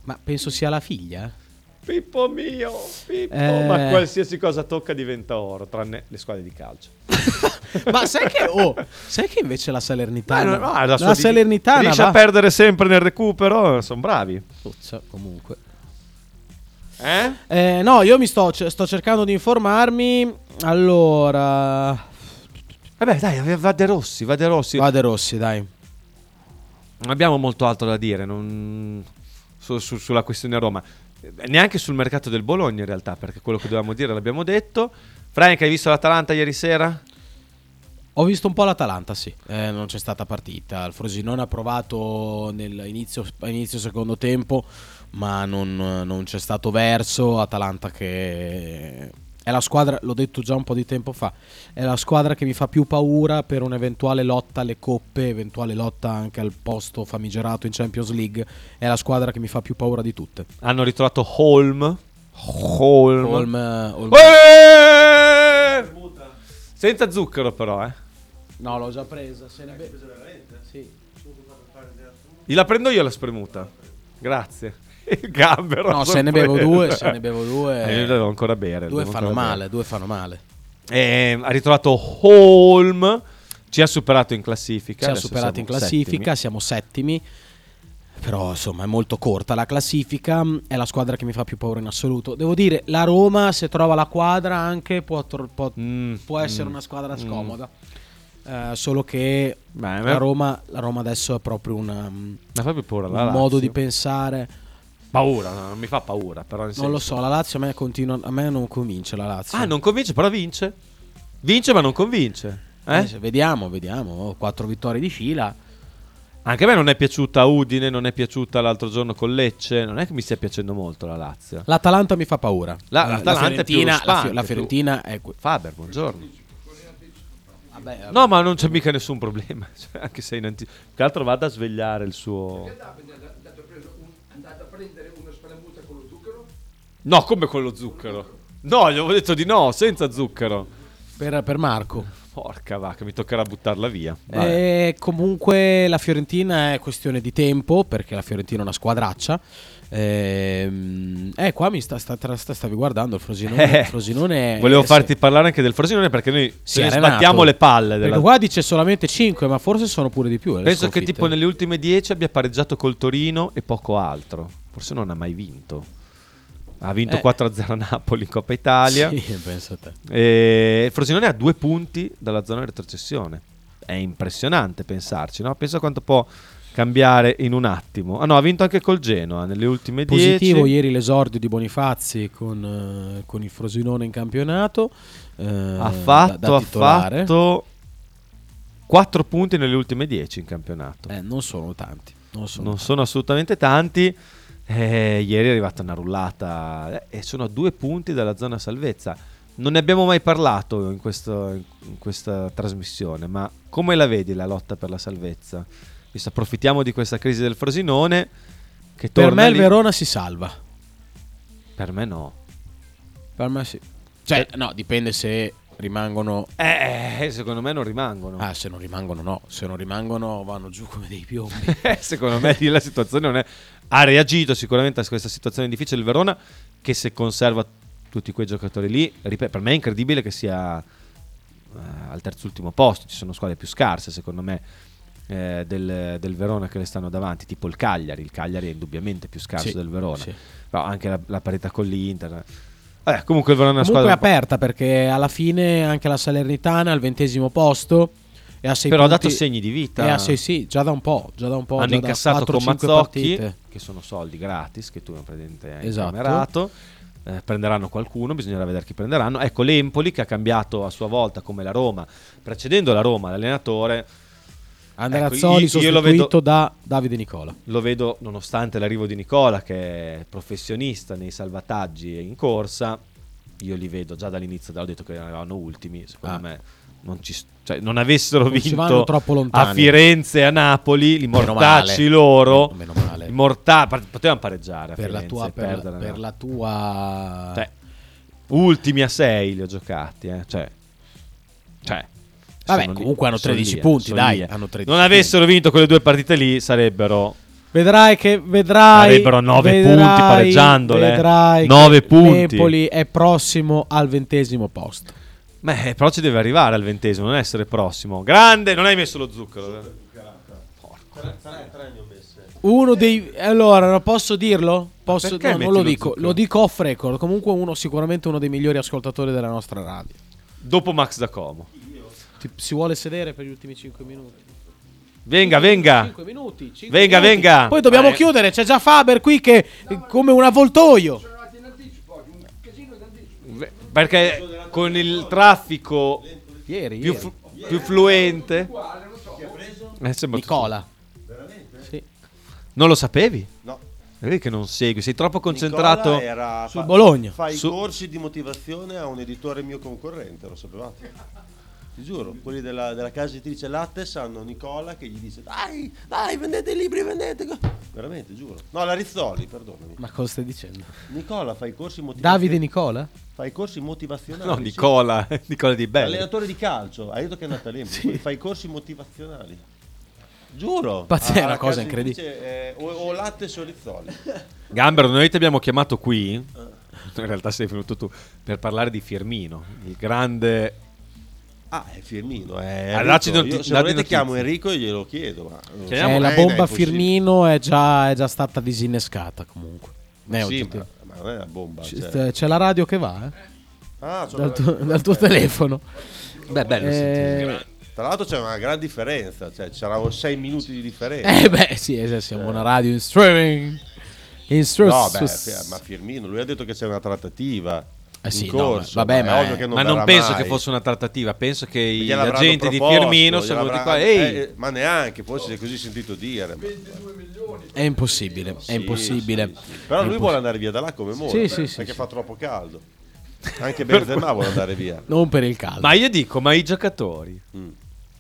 Speaker 6: Ma penso sia la figlia.
Speaker 3: Pippo mio, Pippo.
Speaker 6: Eh.
Speaker 3: Ma qualsiasi cosa tocca diventa oro, tranne le squadre di calcio.
Speaker 6: Ma sai che, oh, sai che invece la Salernitana.
Speaker 3: Eh, no, no, la sua
Speaker 6: la
Speaker 3: di-
Speaker 6: Salernitana.
Speaker 3: riesce a
Speaker 6: va-
Speaker 3: perdere sempre nel recupero, sono bravi.
Speaker 6: Puzza, comunque.
Speaker 3: Eh?
Speaker 6: Eh, no, io mi sto, ce- sto cercando di informarmi. Allora.
Speaker 3: Vabbè, dai, va De Rossi, va De Rossi.
Speaker 6: Va De Rossi, dai.
Speaker 3: Non abbiamo molto altro da dire non- su- su- sulla questione Roma. Eh, Neanche sul mercato del Bologna, in realtà, perché quello che dovevamo dire l'abbiamo detto. Frank, hai visto l'Atalanta ieri sera?
Speaker 6: Ho visto un po' l'Atalanta, sì. Eh, non c'è stata partita. Il Frosinone ha provato nell'inizio inizio secondo tempo, ma non, non c'è stato verso. Atalanta che è la squadra, l'ho detto già un po' di tempo fa, è la squadra che mi fa più paura per un'eventuale lotta alle coppe, eventuale lotta anche al posto famigerato in Champions League. È la squadra che mi fa più paura di tutte.
Speaker 3: Hanno ritrovato Holm. Holm.
Speaker 6: Holm, eh, Holm.
Speaker 3: Eh! Senza zucchero, però, eh.
Speaker 6: No, l'ho già presa. Se ne Sì.
Speaker 3: La prendo io la spremuta. Grazie. Il gambero.
Speaker 6: No, se ne bevo due, se ne bevo due.
Speaker 3: Eh, io devo ancora bere.
Speaker 6: Due
Speaker 3: devo
Speaker 6: fanno
Speaker 3: ancora bere.
Speaker 6: male, due fanno male.
Speaker 3: Eh, ha ritrovato Holm. Ci ha superato in classifica.
Speaker 6: Ci ha
Speaker 3: adesso
Speaker 6: superato in
Speaker 3: siamo
Speaker 6: classifica, siamo settimi. Però insomma è molto corta la classifica, è la squadra che mi fa più paura in assoluto. Devo dire, la Roma se trova la quadra anche può, tro- può- può essere
Speaker 3: mm,
Speaker 6: una squadra scomoda. Eh, solo che la,
Speaker 3: ma-
Speaker 6: Roma, la Roma adesso è proprio una,
Speaker 3: Ma fa più paura la
Speaker 6: un modo
Speaker 3: Lazio?
Speaker 6: di pensare.
Speaker 3: Paura, no, non mi fa paura, però nel
Speaker 6: Non lo
Speaker 3: senso-
Speaker 6: so, la Lazio a me, continua, a me non convince la Lazio.
Speaker 3: Ah, non convince, però vince. Vince, ma non convince. Eh?
Speaker 6: Eh, Vediamo, vediamo. Oh, Quattro vittorie di fila.
Speaker 3: Anche a me non è piaciuta Udine, non è piaciuta l'altro giorno con Lecce. Non è che mi stia piacendo molto la Lazio.
Speaker 6: L'Atalanta mi fa paura.
Speaker 3: La-
Speaker 6: Eh,
Speaker 3: l'Atalanta è più
Speaker 6: Fiorentina- la, Fi-
Speaker 3: spunk,
Speaker 6: la Fiorentina è. que- Eh,
Speaker 3: Faber, buongiorno. No, ma non c'è mica nessun problema. Cioè, Anche se in anticipo. Più Che altro vada a svegliare il suo.
Speaker 14: Andate a prendere una spalamuta con lo zucchero?
Speaker 3: No, come con lo zucchero. No, gli avevo detto di no, senza zucchero.
Speaker 6: Per, per Marco.
Speaker 3: Porca vacca, mi toccherà buttarla via. Vabbè.
Speaker 6: Eh, comunque la Fiorentina è questione di tempo perché la Fiorentina è una squadraccia. Ehm, Eh, qua mi sta, sta- tra- sta- stavi guardando il Frosinone.
Speaker 3: Eh,
Speaker 6: il Frosinone
Speaker 3: Volevo
Speaker 6: eh,
Speaker 3: farti parlare anche del Frosinone perché noi
Speaker 6: si
Speaker 3: ce
Speaker 6: è
Speaker 3: ne
Speaker 6: arenato.
Speaker 3: sbattiamo le palle. Della...
Speaker 6: Perché qua dice solamente 5, ma forse sono pure di più. eh, le
Speaker 3: Penso che
Speaker 6: sconfitte.
Speaker 3: tipo nelle ultime 10 abbia pareggiato col Torino e poco altro. Forse non ha mai vinto. Ha vinto
Speaker 6: Eh.
Speaker 3: 4-0 a Napoli in Coppa Italia.
Speaker 6: Sì, penso a te.
Speaker 3: E il Frosinone ha due punti dalla zona di retrocessione. È impressionante pensarci, no? Pensa quanto può cambiare in un attimo. Ah no, ha vinto anche col Genoa nelle ultime 10.
Speaker 6: Positivo ieri l'esordio di Bonifazzi con, eh, con il Frosinone in campionato. eh, da-
Speaker 3: ha fatto,
Speaker 6: da
Speaker 3: ha
Speaker 6: titolare.
Speaker 3: fatto 4 punti nelle ultime 10 in campionato.
Speaker 6: Eh, non sono tanti. Non sono,
Speaker 3: Non sono assolutamente tanti. Eh, ieri è arrivata una rullata eh, e sono a due punti dalla zona salvezza. Non ne abbiamo mai parlato in, questo- in questa trasmissione, ma come la vedi la lotta per la salvezza? Visto, approfittiamo di questa crisi del Frosinone.
Speaker 6: Per
Speaker 3: Che torna
Speaker 6: me il
Speaker 3: lì-
Speaker 6: Verona si salva.
Speaker 3: Per me no.
Speaker 6: Per me sì. Cioè, no, dipende se rimangono.
Speaker 3: Eh, secondo me non rimangono.
Speaker 6: Ah, se non rimangono, no. Se non rimangono, vanno giù come dei piombi.
Speaker 3: secondo me lì la situazione non è. Ha reagito sicuramente a questa situazione difficile il Verona, che se conserva tutti quei giocatori lì, ripeto, per me è incredibile che sia eh, al terzultimo posto. Ci sono squadre più scarse, secondo me, eh, del, del Verona che le stanno davanti, tipo il Cagliari. Il Cagliari è indubbiamente più scarso
Speaker 6: Sì,
Speaker 3: del Verona,
Speaker 6: sì.
Speaker 3: però anche la, la parità con l'Inter. Vabbè, Eh, comunque il Verona è una
Speaker 6: Comunque è
Speaker 3: squadra. un po'-
Speaker 6: aperta perché alla fine anche la Salernitana al ventesimo posto. E a sei
Speaker 3: Però ha
Speaker 6: punti-
Speaker 3: dato segni di vita.
Speaker 6: E a sei, sì, già da un po'. Già da un po'
Speaker 3: hanno
Speaker 6: già da
Speaker 3: incassato
Speaker 6: 4-5
Speaker 3: con Mazzocchi
Speaker 6: partite.
Speaker 3: che sono soldi gratis che tu praticamente hai
Speaker 6: Esatto.
Speaker 3: incamerato Eh, prenderanno qualcuno bisognerà vedere chi prenderanno ecco l'Empoli che ha cambiato a sua volta come la Roma precedendo la Roma l'allenatore
Speaker 6: Andrea
Speaker 3: ecco,
Speaker 6: Azzoli
Speaker 3: io- io
Speaker 6: sostituito
Speaker 3: lo vedo,
Speaker 6: da Davide Nicola.
Speaker 3: lo vedo nonostante l'arrivo di Nicola che è professionista nei salvataggi e in corsa io li vedo già dall'inizio ho detto che erano ultimi secondo
Speaker 7: Ah.
Speaker 3: me non, ci, s- cioè, non avessero
Speaker 6: Non ci vanno
Speaker 3: vinto
Speaker 6: troppo lontani.
Speaker 3: a Firenze e a Napoli li
Speaker 6: Meno
Speaker 3: mortacci
Speaker 6: male.
Speaker 3: loro
Speaker 6: Meno male.
Speaker 3: i morta- pa- potevano pareggiare a
Speaker 6: Per la
Speaker 3: Firenze
Speaker 6: tua-
Speaker 3: e
Speaker 6: per la-
Speaker 3: perdere,
Speaker 6: per
Speaker 3: no?
Speaker 6: la tua-
Speaker 3: Cioè, ultimi a 6 li ho giocati eh, cioè, cioè,
Speaker 6: Vabbè,
Speaker 3: sono lì-
Speaker 6: comunque hanno
Speaker 3: sono
Speaker 6: 13
Speaker 3: lì, eh,
Speaker 6: punti,
Speaker 3: sono
Speaker 6: dai,
Speaker 3: lì, eh.
Speaker 6: hanno 13
Speaker 3: non avessero vinto quelle due partite lì sarebbero
Speaker 6: Vedrai che vedrai.
Speaker 3: Sarebbero nove
Speaker 6: vedrai-
Speaker 3: punti pareggiandole, eh.
Speaker 6: Vedrai
Speaker 3: Nove
Speaker 6: che
Speaker 3: punti.
Speaker 6: Napoli è prossimo al ventesimo posto.
Speaker 3: Beh, però ci deve arrivare al ventesimo, non essere prossimo. Grande, non hai messo lo zucchero. eh.
Speaker 6: Uno dei. Allora, non posso dirlo? Posso,
Speaker 3: perché
Speaker 6: no, non
Speaker 3: metti
Speaker 6: lo
Speaker 3: lo
Speaker 6: dico.
Speaker 3: zucchero?
Speaker 6: Lo dico off record. Comunque, uno, sicuramente uno dei migliori ascoltatori della nostra radio.
Speaker 3: Dopo Max da Como.
Speaker 6: Ti- si vuole sedere per gli ultimi 5 minuti.
Speaker 3: Venga, venga.
Speaker 6: Cinque minuti, cinque
Speaker 3: venga,
Speaker 6: minuti.
Speaker 3: venga.
Speaker 6: Poi dobbiamo
Speaker 3: Eh,
Speaker 6: chiudere. C'è già Faber qui che eh, come un avvoltoio.
Speaker 3: Perché con il traffico
Speaker 6: Ieri,
Speaker 3: più,
Speaker 6: ieri.
Speaker 3: flu- più fluente. Eh, sembra tutto-
Speaker 6: Nicola. Sì.
Speaker 3: Non lo sapevi?
Speaker 7: No.
Speaker 3: Vedi che non segui, sei troppo concentrato
Speaker 7: Nicola era-
Speaker 3: su
Speaker 7: fa-
Speaker 3: Bologna.
Speaker 7: Fa i
Speaker 3: Su-
Speaker 7: corsi di motivazione a un editore mio concorrente, lo sapevate? Ti giuro, quelli della, della casa editrice Lattes hanno Nicola che gli dice dai, dai, vendete i libri, vendete. Veramente, giuro. No, la Rizzoli, perdonami.
Speaker 6: Ma cosa stai dicendo?
Speaker 7: Nicola fa i corsi motivazionali.
Speaker 6: Davide Nicola?
Speaker 7: Fa i corsi motivazionali.
Speaker 3: No,
Speaker 7: sì.
Speaker 3: Nicola, Nicola Di Belli.
Speaker 7: Allenatore di calcio, hai detto che è nata lì, fa i corsi motivazionali. Giuro.
Speaker 3: Pazzesco,
Speaker 7: Ah,
Speaker 3: è una
Speaker 7: la
Speaker 3: cosa
Speaker 7: casa
Speaker 3: incredibile.
Speaker 7: editrice, eh, o, o Lattes o Rizzoli.
Speaker 3: Gambero, noi ti abbiamo chiamato qui.
Speaker 7: Eh.
Speaker 3: In realtà sei venuto tu per parlare di Firmino, il grande
Speaker 7: Ah, è Firmino. È
Speaker 3: Ah,
Speaker 7: Enrico.
Speaker 3: dacci noti-
Speaker 7: Io, se
Speaker 3: dacci
Speaker 7: volete
Speaker 3: notizie.
Speaker 7: chiamo Enrico e glielo chiedo. Ma...
Speaker 6: Eh, la bomba Firmino è già, è già stata disinnescata comunque. Ne ho
Speaker 7: Sì,
Speaker 6: oggettivo.
Speaker 7: ma, ma non è una bomba.
Speaker 6: C-
Speaker 7: cioè.
Speaker 6: c'è la radio che va, eh?
Speaker 7: Ah, c'è
Speaker 6: dal,
Speaker 7: la
Speaker 6: tuo,
Speaker 7: radio.
Speaker 6: dal tuo telefono. Eh,
Speaker 7: Tra l'altro c'è una gran differenza, cioè ci saranno 6 minuti di differenza.
Speaker 6: Eh beh, sì, eh, sì, siamo una radio in streaming. In streaming.
Speaker 7: No, beh, Fi- ma Firmino, lui ha detto che c'è una trattativa.
Speaker 6: Eh sì,
Speaker 7: in
Speaker 6: no,
Speaker 7: corso,
Speaker 6: ma- vabbè,
Speaker 7: ma,
Speaker 6: ma-
Speaker 7: è ovvio che non
Speaker 3: ma non
Speaker 7: verrà
Speaker 3: penso
Speaker 7: mai.
Speaker 3: che fosse una trattativa, penso che gli
Speaker 7: Gliel'avranno
Speaker 3: agenti di
Speaker 7: proposto,
Speaker 3: Firmino siano venuti
Speaker 7: gliel'avranno-
Speaker 3: qua. Ehi,
Speaker 7: eh, ma neanche, forse è così sentito dire. ma-
Speaker 6: È impossibile, è
Speaker 7: Sì,
Speaker 6: impossibile.
Speaker 7: sì, sì. Però
Speaker 6: È
Speaker 7: lui
Speaker 6: imposs-
Speaker 7: vuole andare via da là come Moro,
Speaker 6: Sì, sì, sì,
Speaker 7: perché
Speaker 6: sì.
Speaker 7: fa troppo caldo. Anche Benzema vuole andare via. Mm.
Speaker 6: Non per il caldo.
Speaker 3: Ma io dico, ma i giocatori,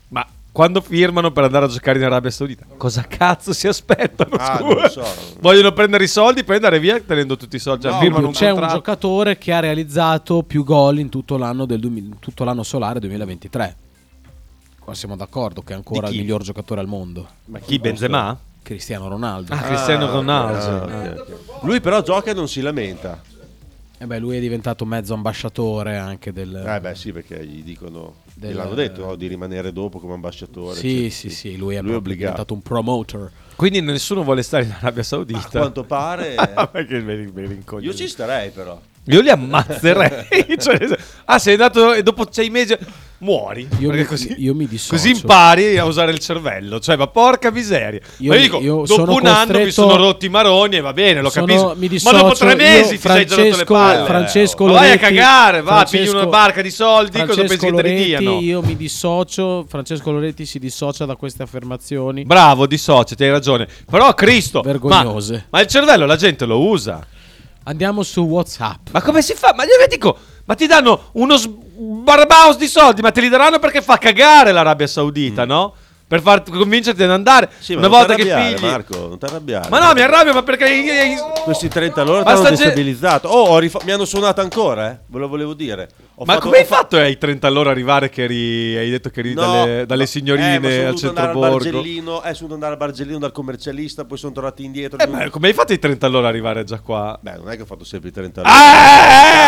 Speaker 3: ma quando firmano per andare a giocare in Arabia Saudita, cosa cazzo si aspettano?
Speaker 7: Ah,
Speaker 3: scusa?
Speaker 7: non so.
Speaker 3: Vogliono prendere i soldi poi andare via tenendo tutti i soldi. Cioè, firmano un
Speaker 6: c'è un
Speaker 3: contratto.
Speaker 6: giocatore che ha realizzato più gol in tutto l'anno, del 2000 tutto l'anno solare 2023. Qua siamo d'accordo che è ancora il
Speaker 3: Di chi?
Speaker 6: miglior giocatore al mondo.
Speaker 7: Ma
Speaker 3: chi, Benzema?
Speaker 6: Cristiano Ronaldo.
Speaker 3: Ah, Cristiano
Speaker 7: Ah,
Speaker 3: Ronaldo.
Speaker 7: ok, ok, ok. Lui però gioca e non si lamenta.
Speaker 6: Eh beh, lui è diventato mezzo ambasciatore anche del...
Speaker 7: Eh beh sì, perché gli dicono,
Speaker 6: Del-
Speaker 7: gliel'hanno detto no, di rimanere dopo come ambasciatore.
Speaker 6: Sì,
Speaker 7: eccetera.
Speaker 6: sì, sì, lui è,
Speaker 7: lui è
Speaker 6: proprio
Speaker 7: obbligato.
Speaker 6: diventato un promoter.
Speaker 3: Quindi nessuno vuole stare in Arabia Saudita. Ah,
Speaker 7: A quanto pare...
Speaker 3: Perché me li- me li incoglio.
Speaker 7: Io ci starei però.
Speaker 3: Cioè, Io li ammazzerei. Cioè, ah, sei andato e dopo sei mesi. muori.
Speaker 6: Io
Speaker 3: perché
Speaker 6: mi-
Speaker 3: così,
Speaker 6: io mi dissocio.
Speaker 3: così impari a usare il cervello. Cioè, ma porca miseria.
Speaker 6: Io-
Speaker 3: ma io dico,
Speaker 6: io sono
Speaker 3: dopo un anno mi
Speaker 6: costretto-
Speaker 3: sono rotti i maroni e va bene, lo
Speaker 6: Sono-
Speaker 3: capisco.
Speaker 6: mi
Speaker 3: ma dopo
Speaker 6: dissocio,
Speaker 3: tre mesi
Speaker 6: io
Speaker 3: ti sei girato le
Speaker 6: Francesco-
Speaker 3: palle.
Speaker 6: Francesco
Speaker 3: Ma vai a
Speaker 6: Loretti-
Speaker 3: cagare, va,
Speaker 6: Francesco-
Speaker 3: pigli una barca di soldi, cosa pensi
Speaker 6: Francesco
Speaker 3: che te ne
Speaker 6: Loretti,
Speaker 3: diano?
Speaker 6: Io mi dissocio, Francesco Loretti si dissocia da queste affermazioni.
Speaker 3: Bravo, dissociati, hai ragione. Però Cristo,
Speaker 6: Vergognose.
Speaker 3: Ma, ma il cervello la gente lo usa.
Speaker 6: Andiamo su WhatsApp.
Speaker 3: Ma come si fa? Ma io vi dico, ma ti danno uno sbarbaus di soldi, ma te li daranno perché fa cagare l'Arabia
Speaker 6: Mm.
Speaker 3: Saudita, no? Per far convincerti ad andare
Speaker 7: Sì, ma
Speaker 3: una
Speaker 7: non
Speaker 3: volta che
Speaker 7: t'arrabbiare,
Speaker 3: figli.
Speaker 7: Marco, non ti arrabbiare.
Speaker 3: Ma no, mi arrabbio, ma perché
Speaker 7: Questi 30 loro
Speaker 3: Ma
Speaker 7: ti hanno
Speaker 3: sta ge-
Speaker 7: destabilizzato. Oh, ho rifa- mi hanno suonato ancora, eh. Ve lo volevo dire. Ho
Speaker 3: Ma
Speaker 7: fatto-
Speaker 3: come
Speaker 7: ho
Speaker 3: hai fatto ai 30 all'ora arrivare che eri, hai detto che eri
Speaker 7: No, ma- eh, ma
Speaker 3: dalle, dalle
Speaker 7: sono
Speaker 3: signorine al
Speaker 7: dovuto andare
Speaker 3: centro
Speaker 7: al
Speaker 3: borgo?
Speaker 7: Bargellino, eh, sono dovuto andare al Bargellino dal commercialista, poi sono tornati indietro.
Speaker 3: Eh, ma come hai fatto ai 30 all'ora arrivare già qua? Ah, eh,
Speaker 7: Beh, non è che ho fatto sempre i 30 all'ora.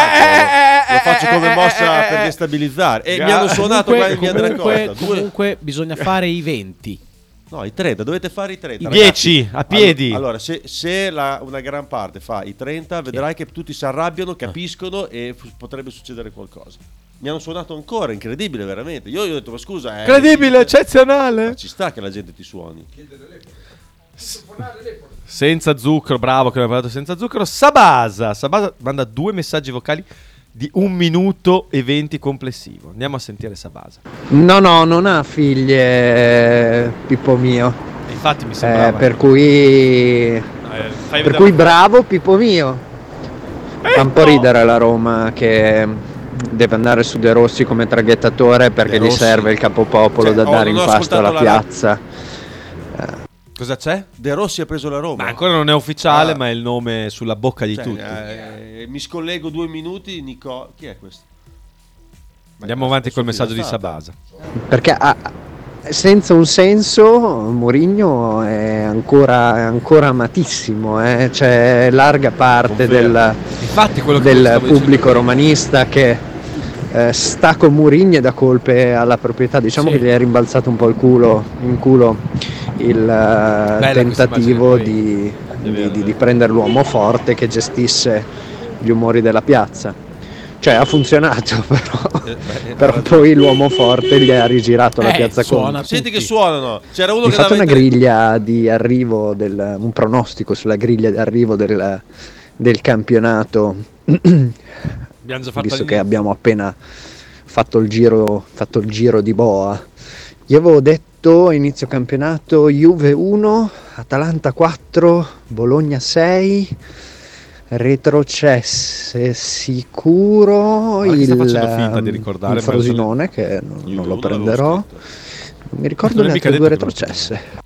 Speaker 7: Lo faccio come mossa per destabilizzare. E mi hanno suonato qua in via della
Speaker 6: comunque,
Speaker 7: Costa. Due-
Speaker 6: comunque bisogna fare i 20.
Speaker 7: No, i 30, dovete fare i
Speaker 6: I
Speaker 7: 30. ragazzi.
Speaker 6: 10, a piedi.
Speaker 7: Allo- Allora, se, se la- una gran parte fa i 30, vedrai che tutti si
Speaker 3: Ah.
Speaker 7: arrabbiano, capiscono e f- potrebbe succedere qualcosa. Mi hanno suonato ancora, incredibile veramente. Io gli ho detto, ma scusa, eh,
Speaker 3: Incredibile,
Speaker 7: ma
Speaker 3: eccezionale.
Speaker 7: ci sta che la gente ti suoni.
Speaker 3: Senza zucchero, bravo che abbiamo parlato senza zucchero. Sabasa, Sabasa manda due messaggi vocali di un minuto e venti complessivo. Andiamo a sentire Sabasa.
Speaker 25: No, no, non ha figlie, Pippo mio.
Speaker 3: Eh,
Speaker 25: Eh,
Speaker 3: infatti mi sembrava. eh,
Speaker 25: per cui,
Speaker 3: fai
Speaker 25: per
Speaker 3: vedere- Eh,
Speaker 25: cui bravo Pippo mio. Fa un po' ridere la Roma che deve andare su De Rossi come traghettatore perché
Speaker 3: De
Speaker 25: gli
Speaker 3: Rossi.
Speaker 25: serve il capopopolo
Speaker 3: Cioè,
Speaker 25: da
Speaker 3: oh,
Speaker 25: dare
Speaker 3: non
Speaker 25: in
Speaker 3: ho
Speaker 25: pasto alla
Speaker 3: ascoltato la-
Speaker 25: piazza. Eh,
Speaker 3: Cosa c'è?
Speaker 7: De Rossi ha preso la Roma.
Speaker 3: Ma ancora non è ufficiale,
Speaker 7: Ah.
Speaker 3: ma è il nome sulla bocca di
Speaker 7: Cioè,
Speaker 3: tutti.
Speaker 7: eh, mi scollego due minuti, Nico... Chi è questo?
Speaker 3: Andiamo avanti col messaggio di
Speaker 7: fidanzata.
Speaker 3: Sabasa.
Speaker 25: Perché ha- senza un senso Mourinho è ancora, è ancora amatissimo, eh. c'è larga parte del,
Speaker 3: quello che
Speaker 25: del
Speaker 3: stavo
Speaker 25: pubblico romanista che eh, sta con Mourinho e dà colpe alla proprietà, diciamo che gli è rimbalzato un po' il culo, in culo il eh,
Speaker 17: questa
Speaker 25: tentativo di, di- di- di prendere l'uomo forte che gestisse gli umori della piazza. Cioè ha funzionato però, però poi l'uomo forte gli ha rigirato
Speaker 3: Eh,
Speaker 25: la piazza contro.
Speaker 7: Eh, Senti che suonano. C'era uno
Speaker 25: Hai
Speaker 7: che dava
Speaker 25: fatto
Speaker 7: i
Speaker 25: una
Speaker 7: 30.
Speaker 25: griglia di arrivo, del, un pronostico sulla griglia di arrivo del, del campionato,
Speaker 3: Abbiamo già fatto
Speaker 25: visto che
Speaker 3: all'inizio.
Speaker 25: abbiamo appena fatto il, giro, fatto il giro di Boa. Io avevo detto inizio campionato Juve 1, Atalanta 4, Bologna 6, retrocesse sicuro
Speaker 3: Guarda che
Speaker 25: il,
Speaker 3: sta facendo finta di
Speaker 25: ehm,
Speaker 3: ricordare,
Speaker 25: il
Speaker 3: ma non so-
Speaker 25: Frosinone che non, non lo prenderò. Non mi ricordo
Speaker 3: Non è
Speaker 25: neanche
Speaker 3: mica
Speaker 25: due
Speaker 3: detto che lo
Speaker 25: retrocesse.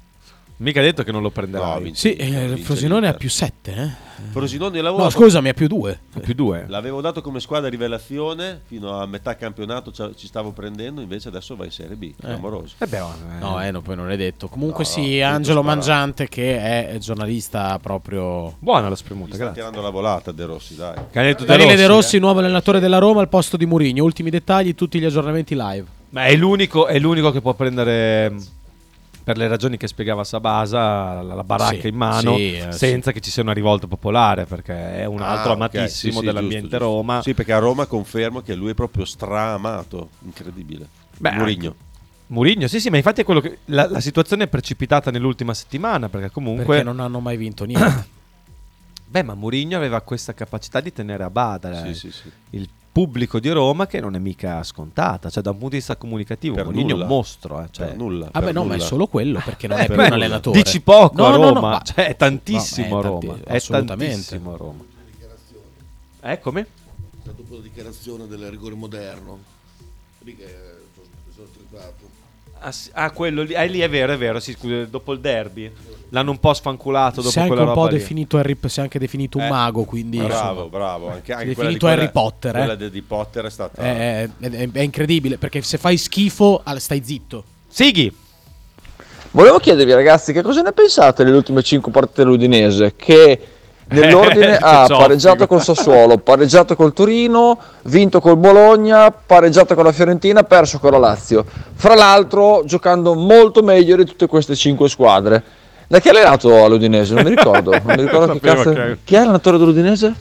Speaker 3: Mica detto che non lo prenderai.
Speaker 6: Sì, eh, Frosinone ha più 7. Eh.
Speaker 7: Frosinone l'avevo-
Speaker 6: No, scusami, ha più 2.
Speaker 3: più 2.
Speaker 7: L'avevo dato come squadra rivelazione fino a metà campionato, ci- ci stavo prendendo, invece adesso va in Serie B, clamoroso.
Speaker 3: Eh beh,
Speaker 6: No, eh, no, poi non è detto. Comunque
Speaker 7: No,
Speaker 6: sì,
Speaker 7: no,
Speaker 6: Angelo
Speaker 7: tutto sparato.
Speaker 6: Mangiante che è giornalista proprio...
Speaker 3: Buona la
Speaker 7: Gli
Speaker 3: spremuta, eh.
Speaker 7: sta tirando la volata De Rossi, dai.
Speaker 6: Daniele De Rossi, nuovo allenatore della Roma al posto di Mourinho. Ultimi dettagli, tutti gli aggiornamenti live.
Speaker 3: Ma è l'unico, è l'unico che può prendere mh, per le ragioni che spiegava Sabasa la, la baracca
Speaker 6: Sì,
Speaker 3: in mano
Speaker 6: sì, eh,
Speaker 3: senza che ci sia una rivolta popolare perché è un
Speaker 7: Ah,
Speaker 3: altro
Speaker 7: ok,
Speaker 3: amatissimo
Speaker 7: sì, sì,
Speaker 3: dell'ambiente
Speaker 7: giusto, giusto.
Speaker 3: Roma.
Speaker 7: Sì, perché a Roma confermo che lui è proprio straamato, incredibile.
Speaker 3: Beh,
Speaker 7: Mourinho.
Speaker 3: anche- Mourinho, sì, sì, ma infatti è quello che la, la situazione è precipitata nell'ultima settimana perché comunque
Speaker 6: Perché non hanno mai vinto niente.
Speaker 3: Beh, ma Mourinho aveva questa capacità di tenere a bada
Speaker 7: Sì,
Speaker 3: eh,
Speaker 7: sì, sì.
Speaker 3: il pubblico di Roma che non è mica scontata, cioè da un punto di vista comunicativo
Speaker 7: Per
Speaker 3: Mourinho
Speaker 7: nulla.
Speaker 3: è un mostro, eh, cioè.
Speaker 7: Per nulla,
Speaker 6: Ah, beh, no, ma è solo quello perché non
Speaker 3: Eh,
Speaker 6: è più
Speaker 3: beh,
Speaker 6: un allenatore.
Speaker 3: Dici poco
Speaker 6: No,
Speaker 3: a
Speaker 6: no, no,
Speaker 3: Roma,
Speaker 6: ma-
Speaker 3: cioè è tantissimo
Speaker 6: No,
Speaker 3: a
Speaker 6: è tanti-
Speaker 3: Roma, è
Speaker 6: assolutamente.
Speaker 3: tantissimo a Roma. Eh, Eccomi.
Speaker 4: Dopo la dichiarazione del rigore moderno, lì che sono, sono tripato.
Speaker 3: Ah, sì, ah, quello lì, eh, lì è vero, è vero, sì, scusa, dopo il derby l'hanno un po' sfanculato dopo
Speaker 6: Si è anche
Speaker 3: quella
Speaker 6: un po'
Speaker 3: roba lì.
Speaker 6: definito Harry, si è anche definito un
Speaker 7: Eh,
Speaker 6: mago, quindi...
Speaker 7: bravo,
Speaker 6: insomma.
Speaker 7: bravo. Anche,
Speaker 6: Si è
Speaker 7: anche quella di
Speaker 6: definito
Speaker 7: quella-
Speaker 6: Harry Potter, eh.
Speaker 7: Quella di- di Potter è stata...
Speaker 3: Eh.
Speaker 6: È, è- è- è incredibile perché se fai schifo al- stai zitto.
Speaker 3: Sighi!
Speaker 5: Volevo chiedervi ragazzi che cosa ne pensate delle ultime 5 partite dell'Udinese che nell'ordine
Speaker 14: Che
Speaker 5: ha
Speaker 14: zoppico.
Speaker 5: pareggiato col Sassuolo, pareggiato col Torino, vinto col Bologna, pareggiato con la Fiorentina, perso con la Lazio. Fra l'altro giocando molto meglio di tutte queste 5 squadre. Da chi ha allenato all'Udinese? Non mi ricordo. Non mi ricordo che
Speaker 7: Sapevo
Speaker 5: cazzo.
Speaker 7: che-
Speaker 5: Chi è l'allenatore dell'Udinese?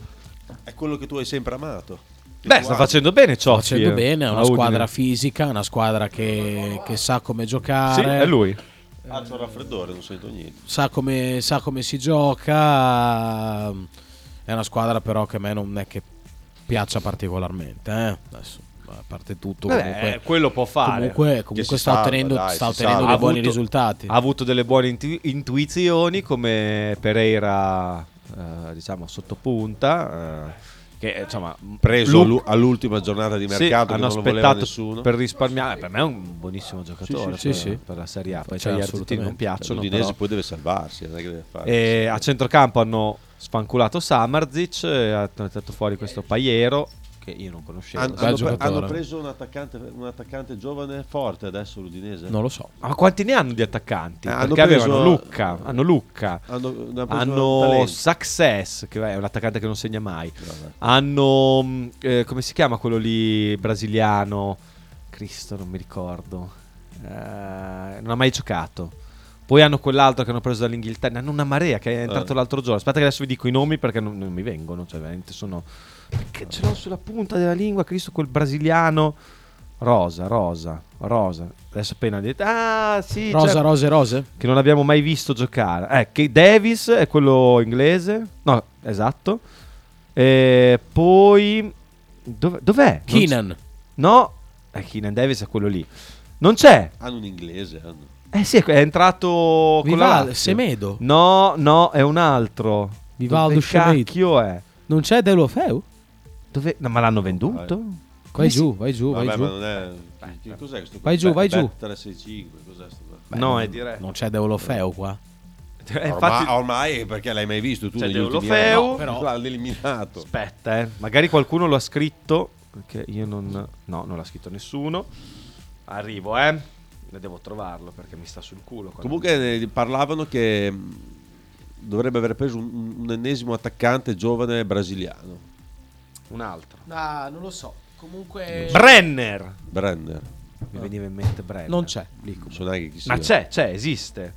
Speaker 7: È quello che tu hai sempre amato.
Speaker 3: Beh, sta facendo bene Ciocchi.
Speaker 18: Sta facendo
Speaker 3: eh,
Speaker 18: bene, è
Speaker 3: a
Speaker 18: una
Speaker 3: Udine.
Speaker 18: squadra fisica, una squadra che, che sa come giocare.
Speaker 7: Sì, è
Speaker 3: lui.
Speaker 7: Ah, c'ho il raffreddore, non sento niente.
Speaker 18: sa come, sa come si gioca. È una squadra, però, che a me non è che piaccia particolarmente. eh. Adesso, a parte tutto,
Speaker 3: Vabbè, eh,
Speaker 18: comunque,
Speaker 3: quello può fare.
Speaker 18: Comunque,
Speaker 3: Che
Speaker 18: comunque
Speaker 3: si
Speaker 18: sta
Speaker 3: salva,
Speaker 18: ottenendo,
Speaker 3: dai,
Speaker 18: sta
Speaker 3: si
Speaker 18: ottenendo
Speaker 3: salva.
Speaker 18: dei
Speaker 3: Ha
Speaker 18: buoni
Speaker 3: avuto-
Speaker 18: risultati.
Speaker 3: Ha avuto delle buone intu- intuizioni come Pereira, eh, diciamo, sottopunta. eh, che insomma,
Speaker 7: Preso
Speaker 3: Lu-
Speaker 7: allu- all'ultima giornata di
Speaker 3: Sì,
Speaker 7: mercato che
Speaker 3: hanno
Speaker 7: non lo voleva
Speaker 3: aspettato
Speaker 7: nessuno.
Speaker 3: per risparmiare. Per me è un buonissimo giocatore
Speaker 7: Sì, sì, sì,
Speaker 3: per,
Speaker 7: sì.
Speaker 3: per la Serie A. Poi
Speaker 7: Cioè,
Speaker 3: cioè, gli argentini
Speaker 7: assolutamente.
Speaker 3: non piacciono.
Speaker 7: L'Udinese
Speaker 3: però- Eh,
Speaker 7: poi deve salvarsi, non è che deve fare-
Speaker 3: E a centrocampo hanno sfanculato Samarzic, eh, hanno tirato fuori questo Paiero che io non conoscevo.
Speaker 7: Hanno, hanno pre- hanno preso un attaccante, un attaccante giovane forte adesso l'Udinese?
Speaker 3: Non lo so. Ma quanti ne hanno di attaccanti?
Speaker 7: Eh, hanno
Speaker 3: Perché
Speaker 7: preso-
Speaker 3: avevano Lucca, hanno Lucca,
Speaker 7: Hanno- ne ha preso
Speaker 3: hanno
Speaker 7: un talento.
Speaker 3: Success, che è un attaccante che non segna mai. Hanno, mh, eh, come si chiama quello lì brasiliano? Cristo, non mi ricordo. Eh, non ha mai giocato. Poi hanno quell'altro che hanno preso dall'Inghilterra. Hanno una marea che è entrato
Speaker 7: Eh.
Speaker 3: l'altro giorno. Aspetta che adesso vi dico i nomi perché non, non mi vengono. Cioè, veramente sono... Perché ce l'ho sulla punta della lingua, Cristo, quel brasiliano... Rosa, rosa, rosa. Adesso appena detto... Ah, sì.
Speaker 18: Rosa,
Speaker 3: certo.
Speaker 18: rose, rose?
Speaker 3: Che non abbiamo mai visto giocare. Eh, che Davis è quello inglese. No, esatto. E poi... dov- dov'è? Non c-
Speaker 18: Keenan.
Speaker 3: No. Eh, Keenan Davis è quello lì. Non c'è.
Speaker 7: Hanno un inglese. hanno.
Speaker 3: Eh sì, è entrato con la
Speaker 18: Vival-
Speaker 3: Lazio.
Speaker 18: Semedo.
Speaker 3: No, no, è un altro.
Speaker 18: Vivaldo
Speaker 3: Dove
Speaker 18: Semedo.
Speaker 3: cacchio è?
Speaker 18: Non c'è Deulofeu?
Speaker 3: Dove... No, ma l'hanno venduto?
Speaker 18: Vai giù, vai giù, vai
Speaker 7: Vabbè,
Speaker 18: giù.
Speaker 7: ma non è... che cos'è questo?
Speaker 18: Vai giù, vai
Speaker 7: Bet-
Speaker 18: giù.
Speaker 7: Bet 365, cos'è sto qua?
Speaker 18: Beh, non- Non c'è Deulofeu qua.
Speaker 3: Eh,
Speaker 7: Ormai, ormai perché l'hai mai visto tu
Speaker 3: C'è
Speaker 7: negli ultimi
Speaker 3: Deulofeu,
Speaker 7: anni? No,
Speaker 3: però-
Speaker 7: l'hanno eliminato.
Speaker 3: Aspetta, eh. Magari qualcuno lo ha scritto. Perché io non. No, non l'ha scritto nessuno. Arrivo, eh. Ne devo trovarlo perché mi sta sul culo. quando-
Speaker 7: Comunque eh, parlavano che mh, dovrebbe aver preso un, un ennesimo attaccante giovane brasiliano.
Speaker 3: Un altro.
Speaker 18: Ah, non lo so. Comunque.
Speaker 3: Brenner!
Speaker 7: Brenner.
Speaker 3: Mi veniva in mente Brenner.
Speaker 18: Non c'è. lì.
Speaker 7: Non so neanche chi sia.
Speaker 3: Ma c'è, c'è, esiste.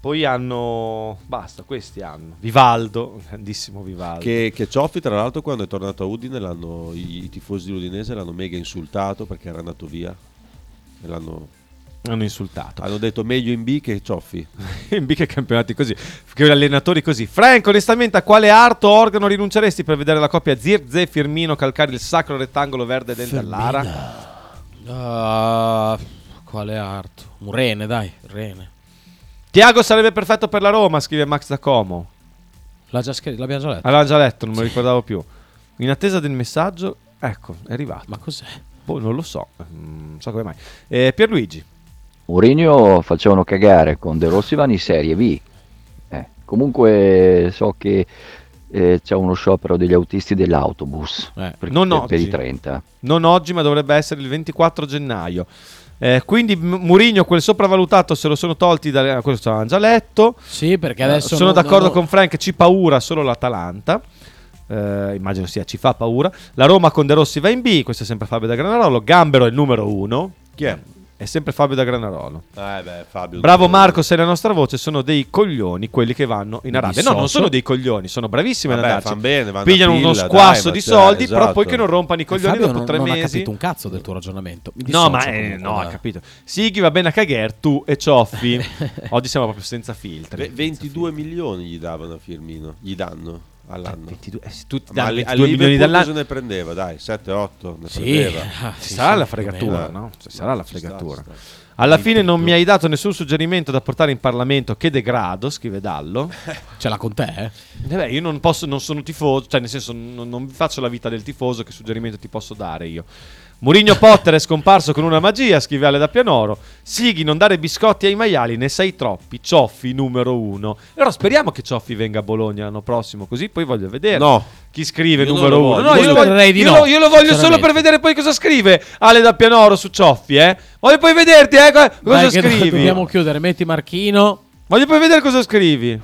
Speaker 3: Poi hanno. Basta, questi hanno. Vivaldo, un grandissimo Vivaldo.
Speaker 7: Che, che Cioffi, tra l'altro, quando è tornato a Udine, l'hanno- i, i tifosi di Udinese l'hanno mega insultato perché era andato via. E l'hanno
Speaker 3: hanno insultato.
Speaker 7: Hanno detto meglio in B che Cioffi.
Speaker 3: in B che campionati così, che allenatori così. Franco, onestamente, a quale arto o organo rinunceresti per vedere la coppia Zirze Firmino calcare il sacro rettangolo verde dentro all'ara?
Speaker 18: Ah, quale art? Un rene, dai, rene.
Speaker 3: Tiago sarebbe perfetto per la Roma, scrive Max da Como.
Speaker 18: L'ha già scritto, l'abbiamo già letto.
Speaker 3: Allora già letto, non me lo ricordavo più. In attesa del messaggio, ecco, è arrivato.
Speaker 18: Ma cos'è?
Speaker 3: Boh, non lo so, Mm, non so come mai. Eh, Pierluigi,
Speaker 10: Mourinho facevano cagare con De Rossi vanno in Serie B. Eh, comunque so che eh, c'è uno sciopero degli autisti dell'autobus per,
Speaker 3: Eh, non
Speaker 10: per- per
Speaker 3: oggi.
Speaker 10: i 30.
Speaker 3: non oggi, ma dovrebbe essere il 24 gennaio. Eh, quindi M- Murigno, quel sopravvalutato, se lo sono tolti da quello l'avevamo già letto. Eh,
Speaker 18: Sì, perché adesso
Speaker 3: sono
Speaker 18: non-
Speaker 3: d'accordo
Speaker 18: non-
Speaker 3: con Frank, ci paura solo l'Atalanta. Eh, immagino sia, ci fa paura. La Roma con De Rossi va in B, questo è sempre Fabio da Granarolo. Gambero è il numero uno.
Speaker 7: Chi è?
Speaker 3: È sempre Fabio da Granarolo.
Speaker 7: Eh beh, Fabio.
Speaker 3: Bravo Marco, sei la nostra voce, sono dei coglioni quelli che vanno in
Speaker 7: Mi
Speaker 3: Arabia. No, non
Speaker 7: dissocio.
Speaker 3: sono dei coglioni, sono bravissimi
Speaker 7: Vabbè,
Speaker 3: ad andarci.
Speaker 7: fan bene, vanno a
Speaker 3: Pigliano uno
Speaker 7: pilla,
Speaker 3: squasso
Speaker 7: dai, ma
Speaker 3: di
Speaker 7: cioè,
Speaker 3: soldi, però
Speaker 7: esatto.
Speaker 3: poi che non rompano i coglioni
Speaker 18: Eh, Fabio
Speaker 3: dopo
Speaker 18: non,
Speaker 3: tre
Speaker 18: non
Speaker 3: mesi.
Speaker 18: ha capito un cazzo del tuo ragionamento. Mi
Speaker 3: No,
Speaker 18: dissocio
Speaker 3: ma eh,
Speaker 18: comunque
Speaker 3: no,
Speaker 18: da-
Speaker 3: ha capito. Sighi va bene a cagare, tu e Cioffi. Oggi siamo proprio senza filtri.
Speaker 7: Ve- 22 milioni gli davano a Firmino, gli danno all'anno.
Speaker 3: 22, eh, se tu ti
Speaker 7: Ma
Speaker 3: danno
Speaker 7: li- a
Speaker 3: 22 milioni
Speaker 7: Liverpool
Speaker 3: dall'anno-
Speaker 7: cosa ne prendeva, dai, 7 8 ne
Speaker 3: Sì,
Speaker 7: prendeva.
Speaker 3: ah, ci sarà la fregatura, no? Ci sarà la fregatura. Alla fine non mi hai dato nessun suggerimento da portare in Parlamento. Che degrado, scrive Dallo.
Speaker 18: Ce l'ha con te?
Speaker 3: Eh beh, io non posso, non sono tifoso, cioè nel senso non, non faccio la vita del tifoso, che suggerimento ti posso dare io? Murigno Potter è scomparso con una magia, scrive Ale da Pianoro. Sighi, non dare biscotti ai maiali, ne sei troppi. Cioffi, numero uno. Allora speriamo che Cioffi venga a Bologna l'anno prossimo, così poi voglio vedere.
Speaker 7: No.
Speaker 3: Chi scrive
Speaker 7: Io non
Speaker 3: numero
Speaker 7: lo
Speaker 3: uno?
Speaker 7: voglio.
Speaker 3: No, io,
Speaker 7: Io
Speaker 3: lo voglio,
Speaker 7: spererei di
Speaker 3: io
Speaker 7: no,
Speaker 3: lo- io lo voglio solo
Speaker 7: sinceramente.
Speaker 3: per vedere poi cosa scrive Ale da Pianoro su Cioffi, eh. Voglio poi vederti, eh, co- cosa
Speaker 18: Dai, che do-
Speaker 3: scrivi.
Speaker 18: Dobbiamo chiudere, metti Marchino.
Speaker 3: Voglio poi vedere cosa scrivi.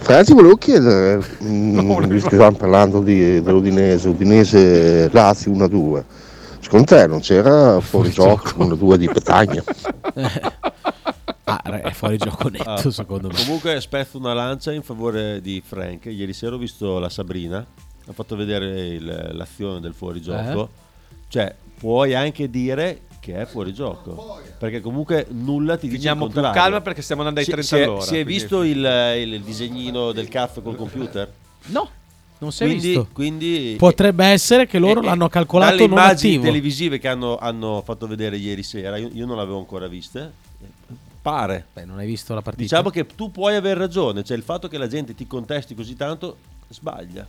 Speaker 8: Fra ti volevo chiedere, eh, mm, visto che stiamo parlando di- dell'Udinese, Udinese Lazio 1-2, secondo te non c'era fuori gioco 1-2 di Petagna?
Speaker 18: Ah, re, è fuori gioco
Speaker 7: Ah,
Speaker 18: netto, secondo me.
Speaker 7: Comunque spezzo una lancia in favore di Frank. Ieri sera ho visto la Sabrina ha fatto vedere il- l'azione del fuorigioco.
Speaker 18: Eh?
Speaker 7: Cioè, puoi anche dire che è fuorigioco. Perché comunque nulla ti dice il
Speaker 3: Finiamo più
Speaker 7: contrario.
Speaker 3: calma perché stiamo andando ai
Speaker 7: Si-
Speaker 3: 30
Speaker 7: si è-
Speaker 3: all'ora,
Speaker 7: Si è
Speaker 3: quindi-
Speaker 7: visto il, il disegnino del CAF col computer?
Speaker 6: No, non si è
Speaker 7: quindi,
Speaker 6: visto.
Speaker 7: Quindi
Speaker 6: Potrebbe essere che loro l'hanno calcolato
Speaker 7: dalle
Speaker 6: non
Speaker 7: immagini
Speaker 6: attivo.
Speaker 7: televisive che hanno, hanno fatto vedere ieri sera, io, io non l'avevo ancora vista. Pare.
Speaker 6: Beh, non hai visto la partita.
Speaker 7: Diciamo che tu puoi aver ragione, cioè il fatto che la gente ti contesti così tanto sbaglia.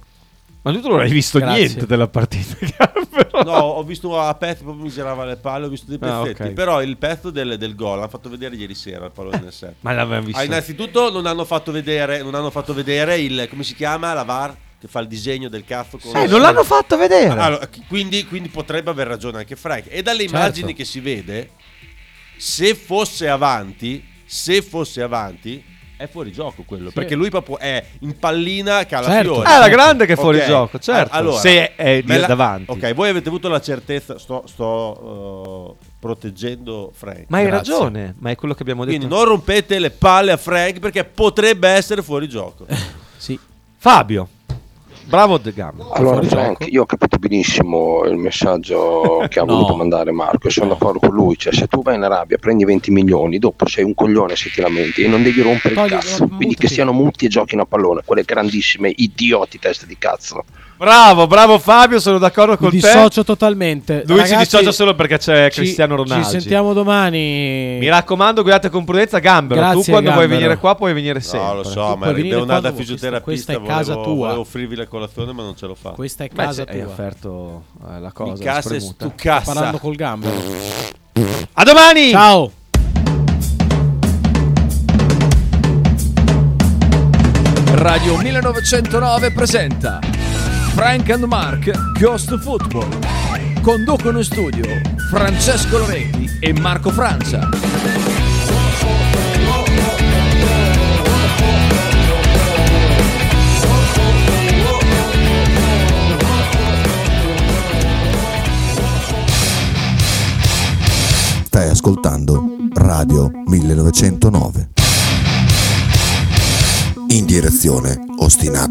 Speaker 3: Ma tu non hai visto niente della partita.
Speaker 7: No, ho visto a pezzi, proprio mi girava le palle, ho visto dei
Speaker 3: Ah,
Speaker 7: pezzetti.
Speaker 3: ok.
Speaker 7: Però il pezzo del, del gol l'hanno fatto vedere ieri sera al pallone del set.
Speaker 3: ma l'avevamo visto.
Speaker 7: Ah, innanzitutto non hanno fatto vedere, non hanno fatto vedere il come si chiama la VAR che fa il disegno del cazzo con
Speaker 3: Eh, non l'hanno fatto vedere.
Speaker 7: Allora, chi- quindi, quindi potrebbe aver ragione anche Frank. E dalle immagini
Speaker 3: Certo.
Speaker 7: che si vede, se fosse avanti, se fosse avanti, è fuori gioco quello. Perché lui proprio è in pallina che ha la
Speaker 3: Certo.
Speaker 7: fiore.
Speaker 3: Ah, la grande che è fuori
Speaker 7: Ok.
Speaker 3: gioco, certo. Se è
Speaker 7: me la-
Speaker 3: davanti.
Speaker 7: Ok, voi avete avuto la certezza, sto, sto eh, proteggendo Frank.
Speaker 3: Ma hai
Speaker 7: Grazie.
Speaker 3: ragione, ma è quello che abbiamo detto.
Speaker 7: Quindi non rompete le palle a Frank perché potrebbe essere fuori gioco.
Speaker 3: Eh,
Speaker 6: sì.
Speaker 3: Fabio. Bravo De Gamba.
Speaker 26: Allora, Frank, io ho capito benissimo il messaggio che ha voluto mandare Marco e sono d'accordo con lui. Cioè, se tu vai in Arabia, prendi 20 milioni, dopo sei un coglione se ti lamenti e non devi rompere il cazzo. Quindi che siano muti e giochino a pallone, quelle grandissime idioti teste di cazzo.
Speaker 3: Bravo, bravo Fabio, sono d'accordo con
Speaker 6: Mi
Speaker 3: te.
Speaker 6: dissocio totalmente.
Speaker 3: Lui si
Speaker 6: Ragazzi,
Speaker 3: dissocia solo perché c'è
Speaker 6: ci-
Speaker 3: Cristiano Ronaldo.
Speaker 6: Ci sentiamo domani.
Speaker 3: Mi raccomando, guidate con prudenza Gambero. tu
Speaker 6: Grazie,
Speaker 3: quando vuoi
Speaker 6: Gambero.
Speaker 3: venire qua puoi venire sempre.
Speaker 7: No, lo so,
Speaker 3: Tu
Speaker 7: ma
Speaker 3: puoi
Speaker 7: devo
Speaker 3: venire
Speaker 7: andare da
Speaker 3: quando vuoi.
Speaker 7: fisioterapista.
Speaker 3: Questa- questa è
Speaker 7: volevo-
Speaker 3: casa tua.
Speaker 7: Volevo offrirvi la colazione, ma non ce l'ho fatta.
Speaker 6: Questa è
Speaker 3: Beh, casa se hai tua. offerto, eh, la cosa, la spremuta. Sta parlando col
Speaker 6: gambo.
Speaker 3: A domani!
Speaker 6: Ciao!
Speaker 5: Radio 1909 presenta Frank and Mark Ghost Football. Conducono in studio Francesco Loretti e Marco Francia.
Speaker 4: Stai ascoltando Radio 1909. In direzione ostinata.